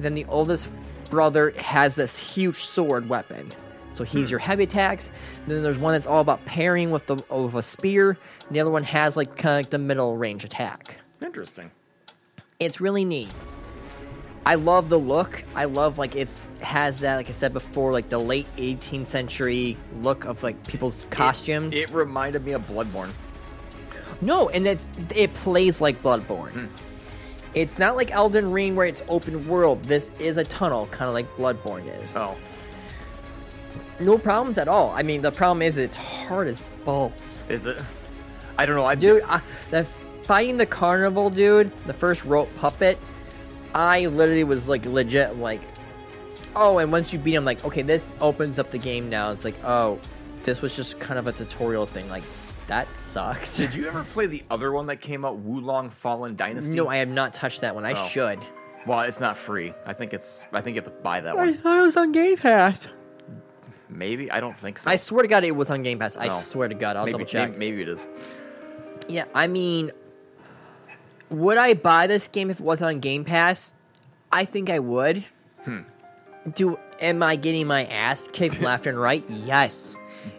Then the oldest brother has this huge sword weapon, so he's your heavy attacks. Then there's one that's all about pairing with the with a spear. And the other one has like kind of like the middle range attack.
Interesting.
It's really neat. I love the look. I love like it's has that like I said before like the late 18th century look of like people's costumes.
It reminded me of Bloodborne.
No, and it's it plays like Bloodborne.
Hmm.
It's not like Elden Ring where it's open world. This is a tunnel, kind of like Bloodborne is.
Oh.
No problems at all. I mean, the problem is it's hard as balls,
Is it? I don't know. I
dude. I, the fighting the carnival, dude. The first rope puppet. I literally was like legit like, oh, and once you beat him, like, okay, this opens up the game now. It's like, oh, this was just kind of a tutorial thing. Like, that sucks.
Did you ever play the other one that came out, Wulong Fallen Dynasty?
no, I have not touched that one. I
Oh.
should.
Well, it's not free. I think it's. I think you have to buy that
I
one.
thought it was on Game Pass.
Maybe I don't think so.
I swear to God, it was on Game Pass. I
No.
swear to God, I'll
maybe,
double check.
Maybe, maybe it is.
Yeah, I mean, would I buy this game if it wasn't on Game Pass? I think I would. Hmm. Do am I getting my ass kicked left and right? Yes,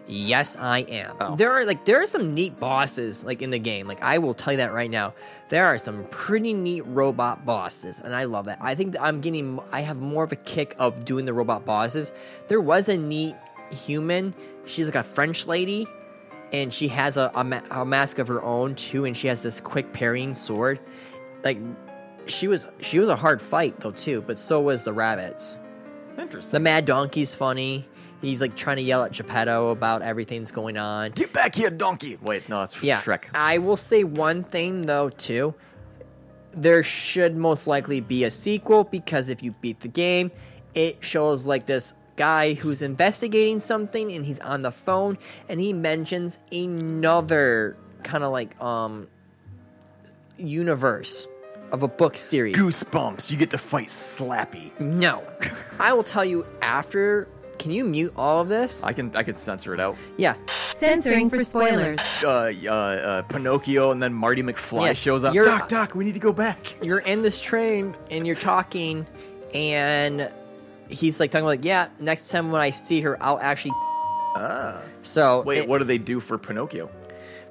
yes I am. There are like there are some neat bosses like in the game. Like I will tell you that right now. There are some pretty neat robot bosses, and I love that. I think that I'm getting I have more of a kick of doing the robot bosses. There was a neat human. She's like a French lady and she has a, a, ma- a mask of her own too and she has this quick parrying sword like she was she was a hard fight though too but so was the rabbits the
Interesting.
mad donkey's funny he's like trying to yell at geppetto about everything's going on
Get back here, donkey! Wait, no, that's
yeah
Shrek.
i will say one thing though too there should most likely be a sequel because if you beat the game it shows like this guy who's investigating something and he's on the phone and he mentions another kind of like um universe of a book series
Goosebumps! You get to fight Slappy.
no i will tell you after can you mute all of this
I can I can censor it out.
yeah
Censoring for spoilers.
Uh, uh, uh, Pinocchio, and then Marty McFly
Yeah,
shows up.
you're-
Doc, Doc, we need to go back.
you're in this train and you're talking and he's like talking about like yeah next time when i see her i'll actually so
Ah. Wait,
it-
what do they do for Pinocchio?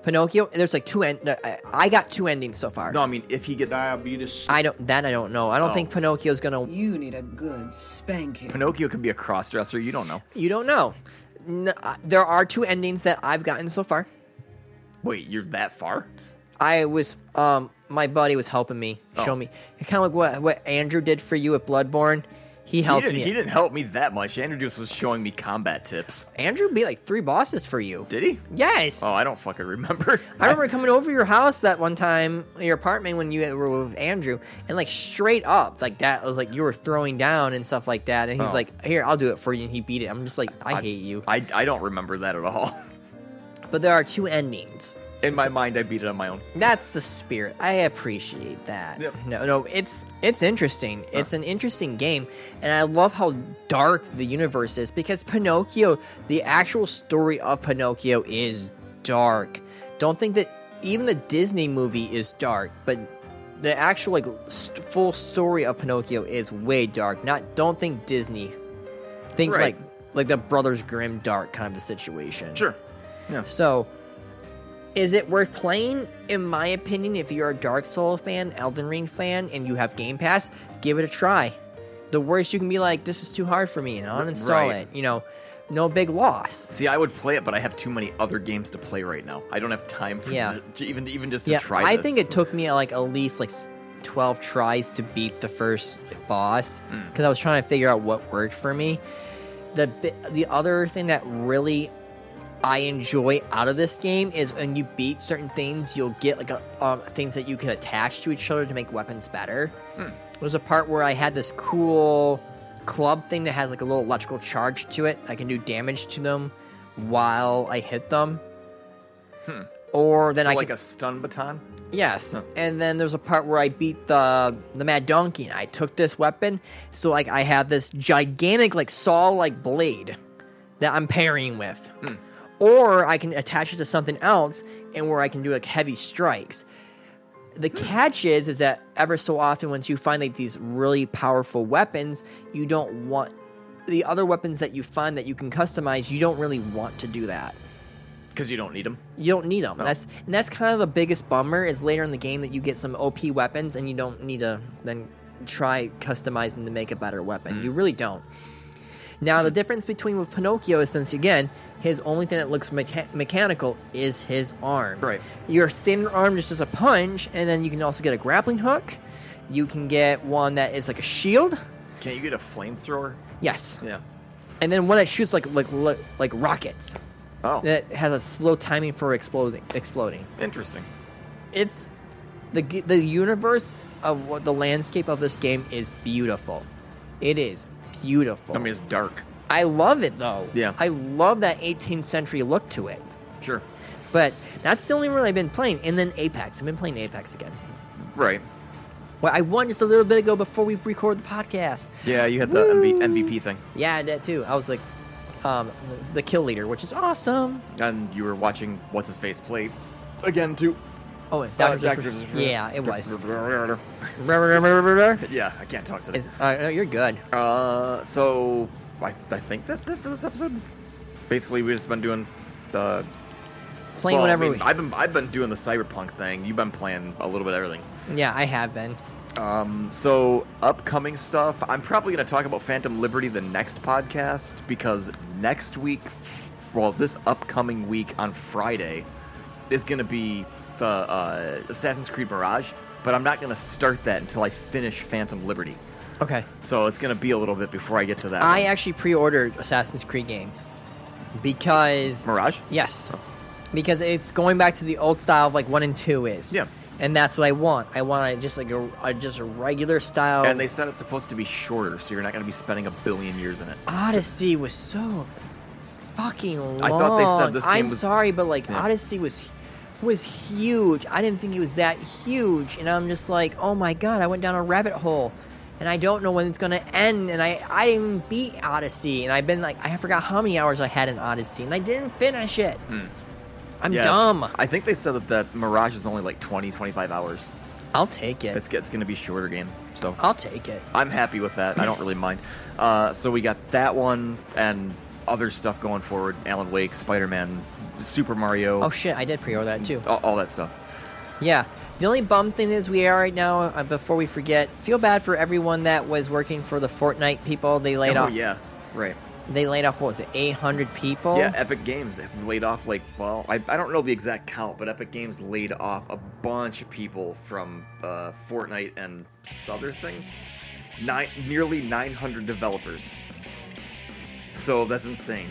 pinocchio there's like two end no, I- i got two endings so far
No, I mean if he gets
i don't that i don't know i don't
Oh.
think pinocchio's gonna
You need a good spanking.
Pinocchio could be a crossdresser. You don't know.
you don't know N- uh, there are two endings that i've gotten so far
Wait, you're that far?
i was um my buddy was helping me
Oh.
show me kind of like what what andrew did for you at bloodborne he
He
helped
didn't,
me
he didn't help me that much. Andrew just was showing me combat tips.
andrew beat like three bosses for you
Did he?
yes
Oh, I don't fucking remember.
I remember coming over your house that one time, your apartment when you were with Andrew, and like straight up, like that was like you were throwing down and stuff like that. And he's
Oh.
like, "Here, I'll do it for you," and he beat it. I'm just like, I, hate you.
I, I don't remember that at all.
but there are two endings.
In my mind, I beat it on my own.
That's the spirit. I appreciate that.
Yep.
No, no, it's it's interesting. It's an interesting game, and I love how dark the universe is because Pinocchio, the actual story of Pinocchio is dark. Don't think that even the Disney movie is dark, but the actual like st- full story of Pinocchio is way dark. Not don't think Disney. Think
Right.
like like the Brothers Grimm dark kind of a situation.
Sure.
So, is it worth playing? In my opinion, if you're a Dark Soul fan, Elden Ring fan, and you have Game Pass, give it a try. The worst you can be like, this is too hard for me, and uninstall
right.
it. You know, no big loss.
See, I would play it, but I have too many other games to play right now. I don't have time for
Yeah.
the- to even even just to
yeah,
try.
I
this.
think it took me like at least like s- twelve tries to beat the first boss
Mm.
because I was trying to figure out what worked for me. The bi- the other thing that really I enjoy out of this game is when you beat certain things, you'll get like a, um, things that you can attach to each other to make weapons better.
Hmm.
There's a part where I had this cool club thing that has like a little electrical charge to it. I can do damage to them while I hit them. Or then
Hmm. So
I
like
can,
a stun baton.
Yes, and then there's a part where I beat the the mad donkey, and I took this weapon, so like I have this gigantic like saw like blade that I'm parrying with, or I can attach it to something else, and where I can do like heavy strikes. The catch is is that ever so often, once you find like these really powerful weapons, you don't want the other weapons that you find that you can customize. You don't really want to do that
Because you don't need them.
you don't need them. That's and that's kind of the biggest bummer is later in the game that you get some OP weapons and you don't need to then try customizing to make a better weapon.
Mm.
You really don't. Now the difference between with Pinocchio is since again his only thing that looks mecha- mechanical is his arm.
Right.
Your standard arm is just a punch, and then you can also get a grappling hook. You can get one that is like a shield.
Can't you get a flamethrower?
Yes,
Yeah.
and then one that shoots like like like, like rockets
Oh,
that has a slow timing for exploding exploding
interesting.
it's the g- the universe of what the landscape of this game is beautiful. It is beautiful.
I mean, it's dark.
I love it though.
Yeah.
I love that 18th century look to it.
Sure.
But that's the only one I've been playing. And then Apex. I've been playing Apex again.
Right.
Well, I won just a little bit ago before we record the podcast.
Yeah, you had the MV- MVP thing,
Yeah, that too. I was like, um, the kill leader, which is awesome.
and you were watching what's his face play again too.
Oh, and
Uh,
Dr. Jekyll-
Dr.
Yeah, it was.
yeah, I can't talk today.
Is- uh, no, you're good.
Uh, so I, I think that's it for this episode. Basically, we've just been doing the
Playing
well,
whatever.
I mean, I've been I've been doing the cyberpunk thing. You've been playing a little bit of everything.
we- yeah, I have been.
Um, so upcoming stuff. I'm probably going to talk about Phantom Liberty the next podcast because next week, well, this upcoming week on Friday, is going to be the uh, Assassin's Creed Mirage. But I'm not going to start that until I finish Phantom Liberty.
Okay.
So it's going to be a little bit before I get to that.
I
one.
actually pre-ordered Assassin's Creed game because
Mirage.
yes, because it's going back to the old style of like one and two is.
Yeah.
And that's what I want. I want a, just like a, a just a regular style.
And they said it's supposed to be shorter, so you're not going to be spending a billion years in it.
Odyssey was so fucking long.
I thought they said this game
I'm
was-
sorry, but like
Yeah.
Odyssey was was huge. I didn't think it was that huge, and I'm just like, oh my god, I went down a rabbit hole, and I don't know when it's gonna end. And I I didn't beat Odyssey, and I've been like, I forgot how many hours I had in Odyssey, and I didn't finish it. I'm
Hmm. Yeah,
dumb.
I think they said that, that Mirage is only like 20, 25 hours.
I'll take it.
It's, it's going to be shorter game. So
I'll take it.
I'm happy with that. I don't really mind. Uh, so we got that one and other stuff going forward. Alan Wake, Spider Man, Super Mario,
Oh shit, I did pre-order that too.
all, all that stuff.
Yeah. The only bum thing is we are right now. Uh, before we forget, feel bad for everyone that was working for the Fortnite people. They laid
oh
off.
yeah, right.
They laid off what was it, 800 people?
Yeah, Epic Games have laid off like well, I, I don't know the exact count, but Epic Games laid off a bunch of people from uh, Fortnite and other things. Nine, nearly 900 developers. So that's insane.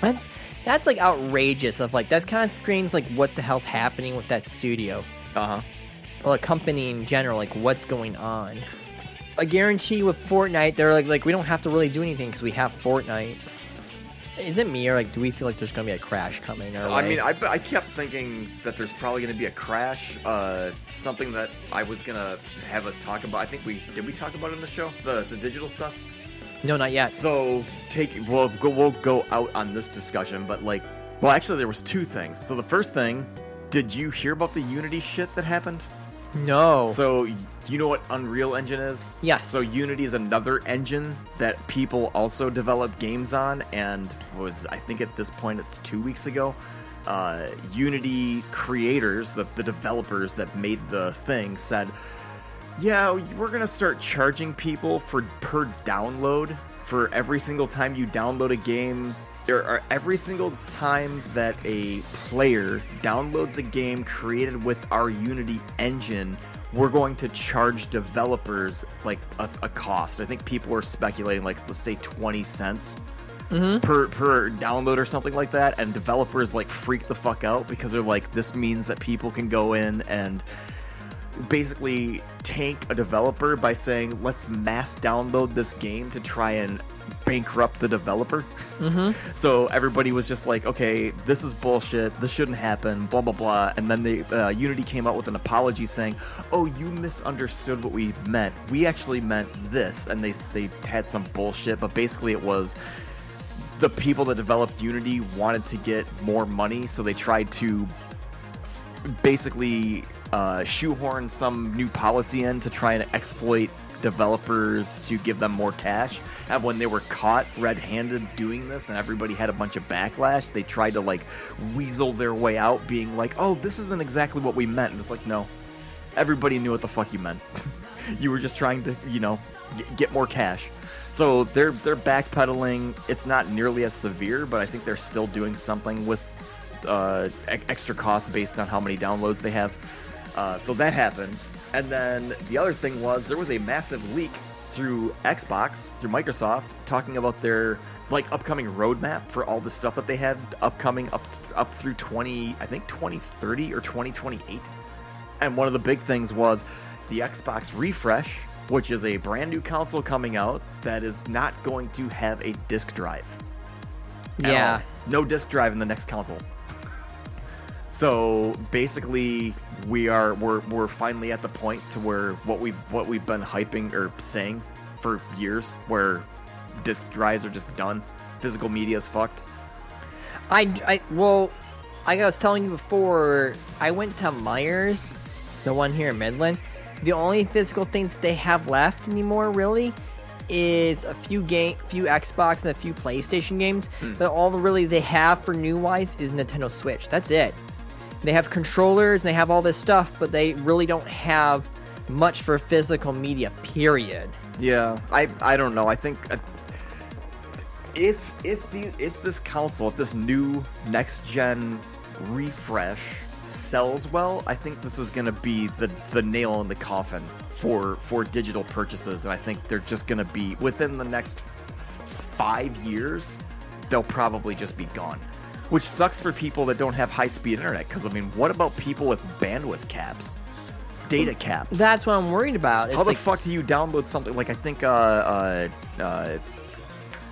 That's that's like outrageous. Of like that kind of screams like what the hell's happening with that studio
Uh huh.
or the company in general. Like what's going on? I guarantee with Fortnite, they're like like we don't have to really do anything because we have Fortnite. Is it me or like do we feel like there's gonna be a crash coming? Or
So, I mean, I, I kept thinking that there's probably going to be a crash, uh, something that I was going to have us talk about. I think we did we talk about it in the show the the digital stuff.
no, not yet.
So take we'll go, we'll go out on this discussion, but like, well, actually, there was two things. So the first thing, did you hear about the Unity shit that happened?
No.
So you know what Unreal Engine is?
Yes.
So Unity is another engine that people also develop games on, and was I think at this point it's two weeks ago. Uh, Unity creators, the, the developers that made the thing, said, "Yeah, we're gonna start charging people for per download for every single time you download a game." Or or every single time that a player downloads a game created with our Unity engine, we're going to charge developers like a, a cost. I think people are speculating like let's say twenty cents per per download or something like that, and developers like freak the fuck out because they're like this means that people can go in and basically tank a developer by saying let's mass download this game to try and bankrupt the developer. So everybody was just like, okay, this is bullshit. This shouldn't happen. Blah blah blah. And then the uh, Unity came out with an apology saying, oh, you misunderstood what we meant. We actually meant this. And they they had some bullshit, but basically it was the people that developed Unity wanted to get more money, so they tried to basically uh, shoehorn some new policy in to try and exploit developers to give them more cash. And when they were caught red-handed doing this, and everybody had a bunch of backlash, they tried to like weasel their way out, being like, "Oh, this isn't exactly what we meant." And it's like, no, everybody knew what the fuck you meant. you were just trying to, you know, g- get more cash. So they're they're backpedaling. It's not nearly as severe, but I think they're still doing something with uh, e- extra costs based on how many downloads they have. Uh, so that happened, and then the other thing was there was a massive leak through Xbox, through Microsoft, talking about their like upcoming roadmap for all the stuff that they had upcoming up up through 20, I think 2030 or 2028. And one of the big things was the Xbox refresh, which is a brand new console coming out that is not going to have a disc drive. at
Yeah.
all. No disc drive in the next console. So basically, we are we're we're finally at the point to where what we what we've been hyping or saying for years, where disc drives are just done, physical media is fucked.
I, I well, like I was telling you before, I went to Myers, the one here in Midland. The only physical things they have left anymore, really, is a few game, few Xbox and a few PlayStation games.
Hmm.
But all the really they have for new wise is Nintendo Switch. That's it. They have controllers and they have all this stuff, but they really don't have much for physical media. Period.
Yeah, I I don't know. I think uh, if if the if this console, if this new next gen refresh sells well, I think this is going to be the the nail in the coffin for for digital purchases and I think they're just going to be within the next 5 years, they'll probably just be gone. Which sucks for people that don't have high-speed internet cuz I mean, what about people with bandwidth caps? Data caps.
That's what I'm worried about. It's
How the
like-
fuck do you download something like I think uh uh uh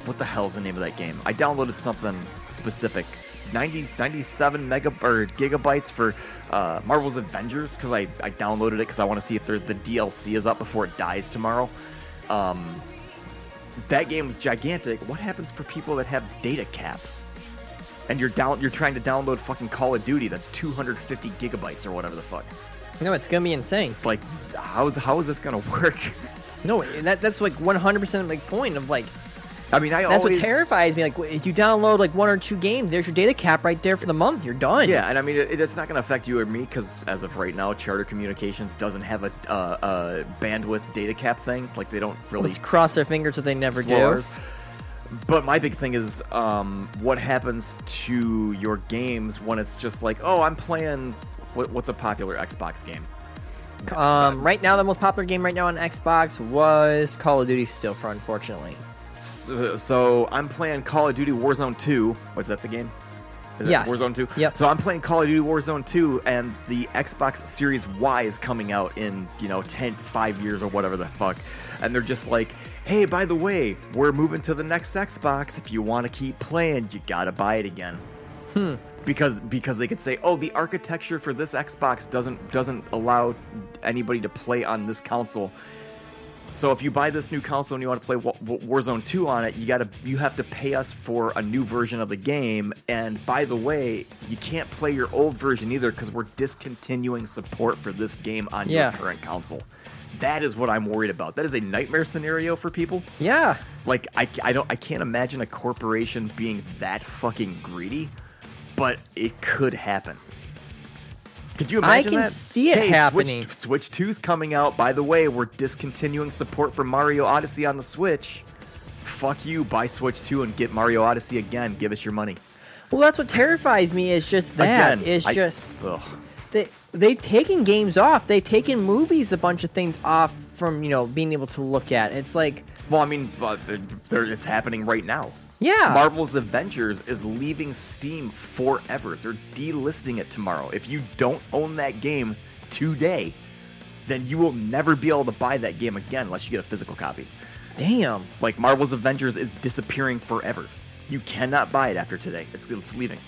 what the hell's the name of that game? I downloaded something specific. 90, 97 mega or gigabytes for uh, Marvel's Avengers because I, I downloaded it because I want to see if there- the DLC is up before it dies tomorrow. Um, that game was gigantic. What happens for people that have data caps? And you're down, you're trying to download fucking Call of Duty that's 250 gigabytes or whatever the fuck.
No, it's gonna be insane.
Like, how's how is this gonna work?
No, that, that's like 100% my point of like
I mean, I
That's
always
what terrifies me. Like, if you download like one or two games, there's your data cap right there for the month. You're done.
Yeah, and I mean, it, it's not going to affect you or me because as of right now, Charter Communications doesn't have a, uh, a bandwidth data cap thing. Like, they don't really
Let's cross their fingers that they never
slow
do.
ours. But my big thing is um, what happens to your games when it's just like, oh, I'm playing what, what's a popular Xbox game?
Um, right now, the most popular game right now on Xbox was Call of Duty Still for, unfortunately.
So, uh, so I'm playing Call of Duty Warzone 2. Was that the game? Is it
Yes.
Warzone 2?
Yep.
So I'm playing Call of Duty Warzone 2, and the Xbox Series Y is coming out in, you know, 10, 5 years or whatever the fuck. And they're just like, hey, by the way, we're moving to the next Xbox. If you want to keep playing, you got to buy it again.
Hmm.
Because because they could say, oh, the architecture for this Xbox doesn't doesn't allow anybody to play on this console. So if you buy this new console and you want to play Wa- Wa- Warzone 2 on it, you gotta you have to pay us for a new version of the game. And by the way, you can't play your old version either because we're discontinuing support for this game on
Yeah.
your current console. That is what I'm worried about. That is a nightmare scenario for people.
Yeah.
Like I, I don't I can't imagine a corporation being that fucking greedy, but it could happen. Could you
I
imagine
can
that?
see it
hey,
happening.
Switch, Switch 2's coming out. By the way, we're discontinuing support for Mario Odyssey on the Switch. Fuck you, buy Switch 2 and get Mario Odyssey again. Give us your money.
Well, that's what terrifies me is just that.
again.
It's
I-
just
ugh.
they, they've taken games off. They've taken movies, a bunch of things off from, you know, being able to look at. It's like,
Well, I mean, uh, they're- they're- it's happening right now.
yeah.
Marvel's Avengers is leaving Steam forever. They're delisting it tomorrow. If you don't own that game today, then you will never be able to buy that game again unless you get a physical copy.
Damn.
Like Marvel's Avengers is disappearing forever. You cannot buy it after today. It's, it's leaving.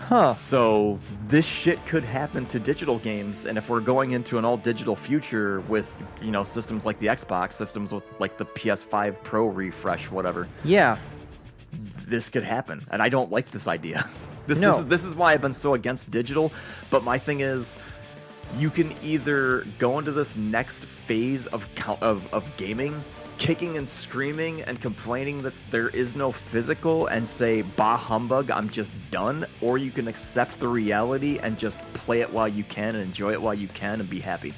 Huh.
So this shit could happen to digital games, and if we're going into an all digital future with you know systems like the Xbox, systems with like the PS5 Pro refresh, whatever,
Yeah.
this could happen, and I don't like this idea. This,
No.
this, is, this is why I've been so against digital. But my thing is, you can either go into this next phase of co- of, of gaming, kicking and screaming and complaining that there is no physical, and say bah humbug, I'm just done, or you can accept the reality and just play it while you can and enjoy it while you can and be happy.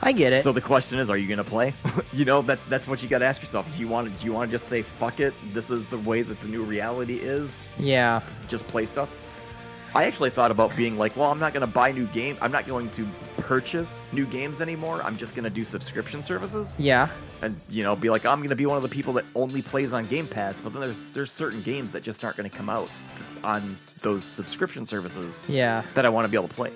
I get it.
So the question is, are you gonna play? you know, that's that's what you gotta ask yourself. Do you want to do you want to just say fuck it? This is the way that the new reality is.
yeah.
Just play stuff. I actually thought about being like, well, I'm not gonna buy new game. I'm not going to purchase new games anymore. I'm just gonna do subscription services
Yeah.
and you know be like, I'm gonna be one of the people that only plays on Game Pass. But then there's there's certain games that just aren't gonna come out on those subscription services
Yeah.
that I want to be able to play.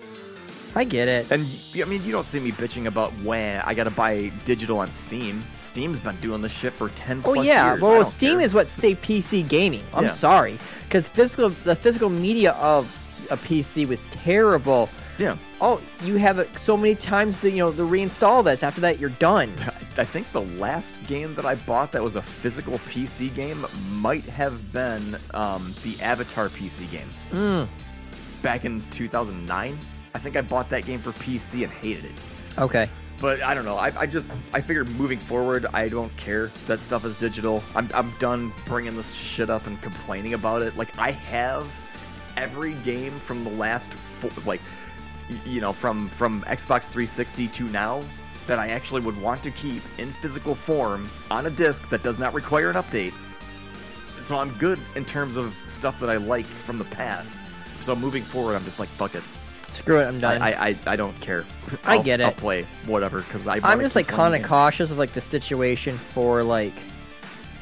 I get it.
And I mean, you don't see me bitching about when I gotta buy digital on Steam. Steam's been doing this shit for ten.
Oh
plus
yeah,
years. I
well,
don't
Steam
care.
is what saved PC gaming. I'm
Yeah.
sorry, because physical the physical media of a PC was terrible.
Yeah.
Oh, you have it so many times to you know to reinstall this. After that, you're done.
I think the last game that I bought that was a physical PC game might have been um, the Avatar PC game.
Hmm.
Back in 2009, I think I bought that game for PC and hated it.
Okay.
But I don't know. I, I just I figured moving forward, I don't care. That stuff is digital. I'm I'm done bringing this shit up and complaining about it. Like I have every game from the last four, like y- you know from from Xbox 360 to now that I actually would want to keep in physical form on a disc that does not require an update. So I'm good in terms of stuff that I like from the past. So moving forward, I'm just like fuck it.
Screw it. I'm done.
I, I, I don't care.
I
I'll-
get
I'll
it.
play whatever because I.
I'm
wanna
just
keep
like kind
playing
of
games.
cautious of like the situation for like,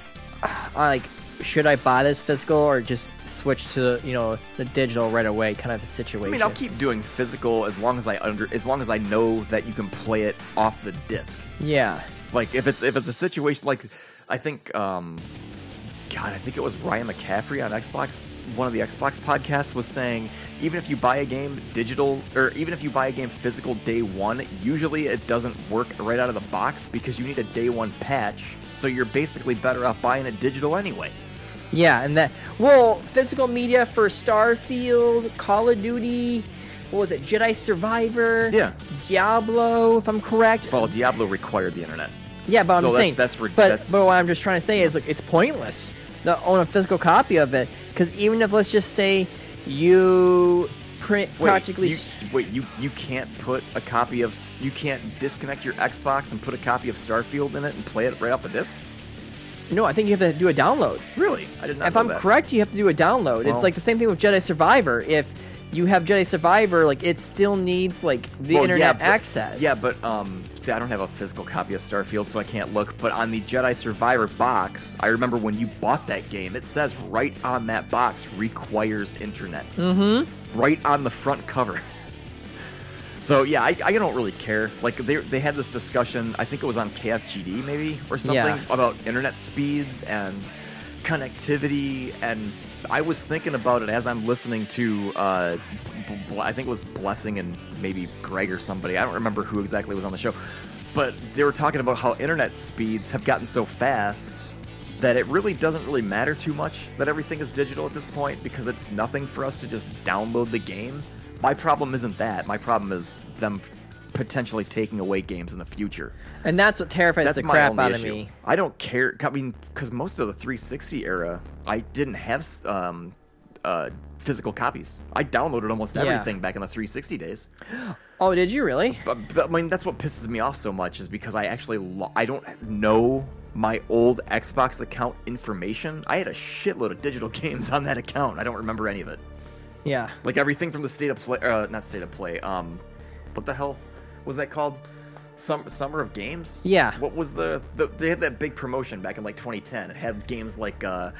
like should I buy this physical or just switch to you know the digital right away kind of a situation.
I mean, I'll keep doing physical as long as I under as long as I know that you can play it off the disc.
Yeah.
Like if it's if it's a situation like I think um God, I think it was Ryan McCaffrey on Xbox one of the Xbox podcasts was saying even if you buy a game digital or even if you buy a game physical day one, usually it doesn't work right out of the box because you need a day one patch. So you're basically better off buying it digital anyway.
Yeah, and that well, physical media for Starfield, Call of Duty, what was it, Jedi Survivor?
Yeah.
Diablo, if I'm correct.
Well, Diablo required the internet.
yeah, but
so
I'm
that-
saying
that's rid-
but
that's-
but what I'm just trying to say is like it's pointless to own a physical copy of it because even if let's just say you print practically
you,
s-
wait you you can't put a copy of S- you can't disconnect your Xbox and put a copy of Starfield in it and play it right off the disc.
no, I think you have to do a download.
Really, I did not.
if
know
I'm
that.
correct, you have to do a download. it's
Well-
like the same thing with Jedi Survivor. If you have Jedi Survivor, like it still needs like the
Well, yeah,
internet
but-
access.
Yeah, but um, see, I don't have a physical copy of Starfield, so I can't look. But on the Jedi Survivor box, I remember when you bought that game, it says right on that box requires internet. Mm-hmm. Right on the front cover. So yeah, I, I don't really care. Like they, they had this discussion. I think it was on KFGD maybe or something
Yeah.
about internet speeds and connectivity. And I was thinking about it as I'm listening to. Uh, B- B- I think it was Blessing and maybe Greg or somebody. I don't remember who exactly was on the show, but they were talking about how internet speeds have gotten so fast that it really doesn't really matter too much that everything is digital at this point because it's nothing for us to just download the game. My problem isn't that. My problem is them potentially taking away games in the future.
And that's what terrifies
That's
the
my
crap
only
out of
issue.
me.
I don't care. I mean, because most of the 360 era, I didn't have um, uh, physical copies. I downloaded almost
Yeah.
everything back in the 360 days.
Oh, did you really?
But, but, I mean, that's what pisses me off so much is because I actually lo- I don't know my old Xbox account information. I had a shitload of digital games on that account. I don't remember any of it.
Yeah.
Like everything from the state of play, uh, not state of play. Um, what the hell was that called? Sum- Summer of Games.
Yeah.
What was the, the? They had that big promotion back in like 2010. It had games like uh,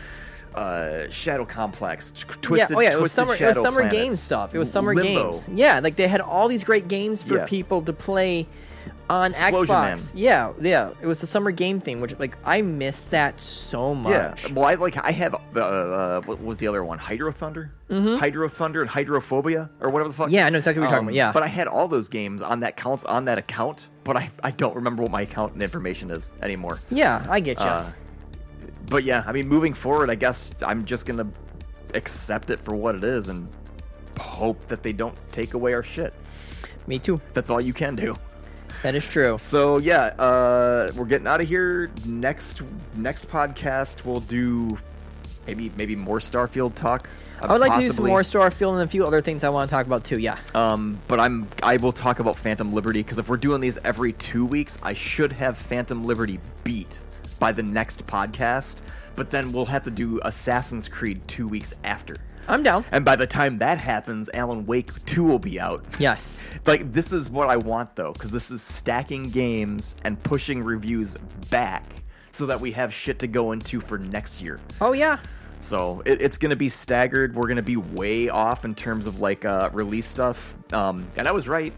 uh, Shadow Complex, T- Twisted,
yeah. Oh, yeah. It was
Twisted
summer. It was
Shadow
summer game
Planets,
stuff. It was summer
Limbo.
games. Yeah. Like they had all these great games for
Yeah.
people to play on
Explosion
Xbox.
Man.
Yeah. Yeah. It was the summer game thing, which like I miss that so much.
Yeah. Well, I like I have uh, uh, what was the other one? Hydro Thunder, Hydro Thunder, and Hydrophobia, or whatever the fuck.
Mm-hmm. Yeah, I know exactly what you're talking about, yeah.
Um, but I had all those games on that counts on that account, but I, I don't remember what my account and information is anymore.
Yeah, I get you.
Uh, but yeah, I mean, moving forward, I guess I'm just gonna accept it for what it is and hope that they don't take away our shit.
me too.
That's all you can do.
That is true.
So yeah, uh, we're getting out of here. Next next podcast, we'll do maybe maybe more Starfield talk. uh,
I would like to do some
possibly.
more Starfield and a few other things I want to talk about too. Yeah.
Um, but I'm I will talk about Phantom Liberty because if we're doing these every two weeks, I should have Phantom Liberty beat by the next podcast. But then we'll have to do Assassin's Creed two weeks after.
I'm down.
And by the time that happens, Alan Wake 2 will be out.
Yes.
Like this is what I want though, because this is stacking games and pushing reviews back so that we have shit to go into for next year.
Oh yeah.
So it, it's going to be staggered. We're going to be way off in terms of like uh, release stuff. Um, and I was right.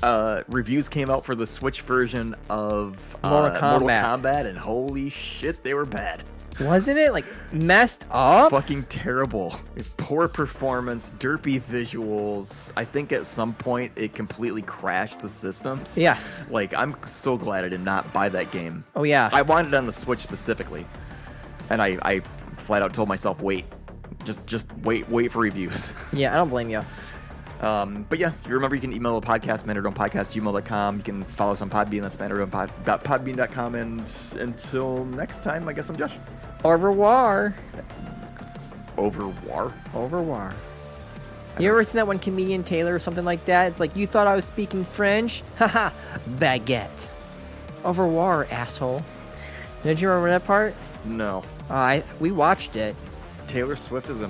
Uh, reviews came out for the Switch version of uh,
Mortal Kombat.
Kombat, and holy shit, they were bad.
Wasn't it like messed up?
Fucking terrible. Poor performance, derpy visuals. I think at some point it completely crashed the systems.
Yes.
Like, I'm so glad I did not buy that game.
Oh yeah.
I wanted it on the Switch specifically, and I, I flat out told myself, wait, just just wait, wait for reviews.
yeah, I don't blame you.
Um, but yeah, you remember you can email the podcast, mandardonepodcast.gmail.com. You can follow us on Podbean, that's mandardonepodbean.com. And until next time, I guess I'm Josh.
Au revoir.
Over war.
Au revoir. You ever seen that one comedian Taylor or something like that? It's like you thought I was speaking French? Haha, baguette. Au revoir, asshole. Did you remember that part?
No.
Uh, I we watched it.
Taylor Swift is a, a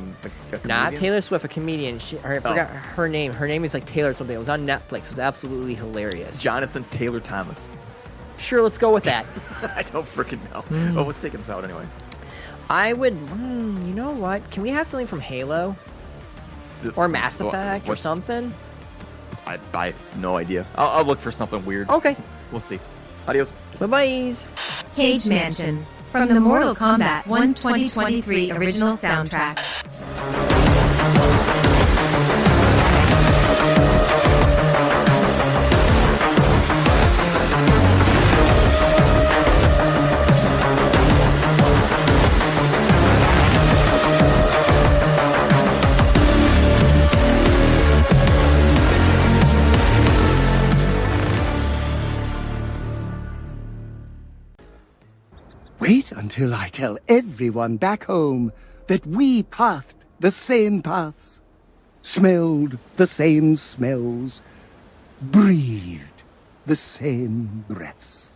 comedian?
Not Taylor Swift, a comedian. She, I forgot her name. Her name is like Taylor something. It was on Netflix. It was absolutely hilarious.
Jonathan Taylor Thomas.
Sure, let's go with that.
I don't freaking know.
Hmm.
Oh, let's take this out anyway.
I would. Mm, you know what? Can we have something from Halo
The-
or Mass
well,
Effect or
what-
something?
I, I have no idea. I'll, I'll look for something weird.
Okay.
We'll see. Adios.
Bye byes.
Cage Mansion. From the Mortal Kombat 1 2023 original soundtrack.
Wait until I tell everyone back home that we pathed the same paths, smelled the same smells, breathed the same breaths.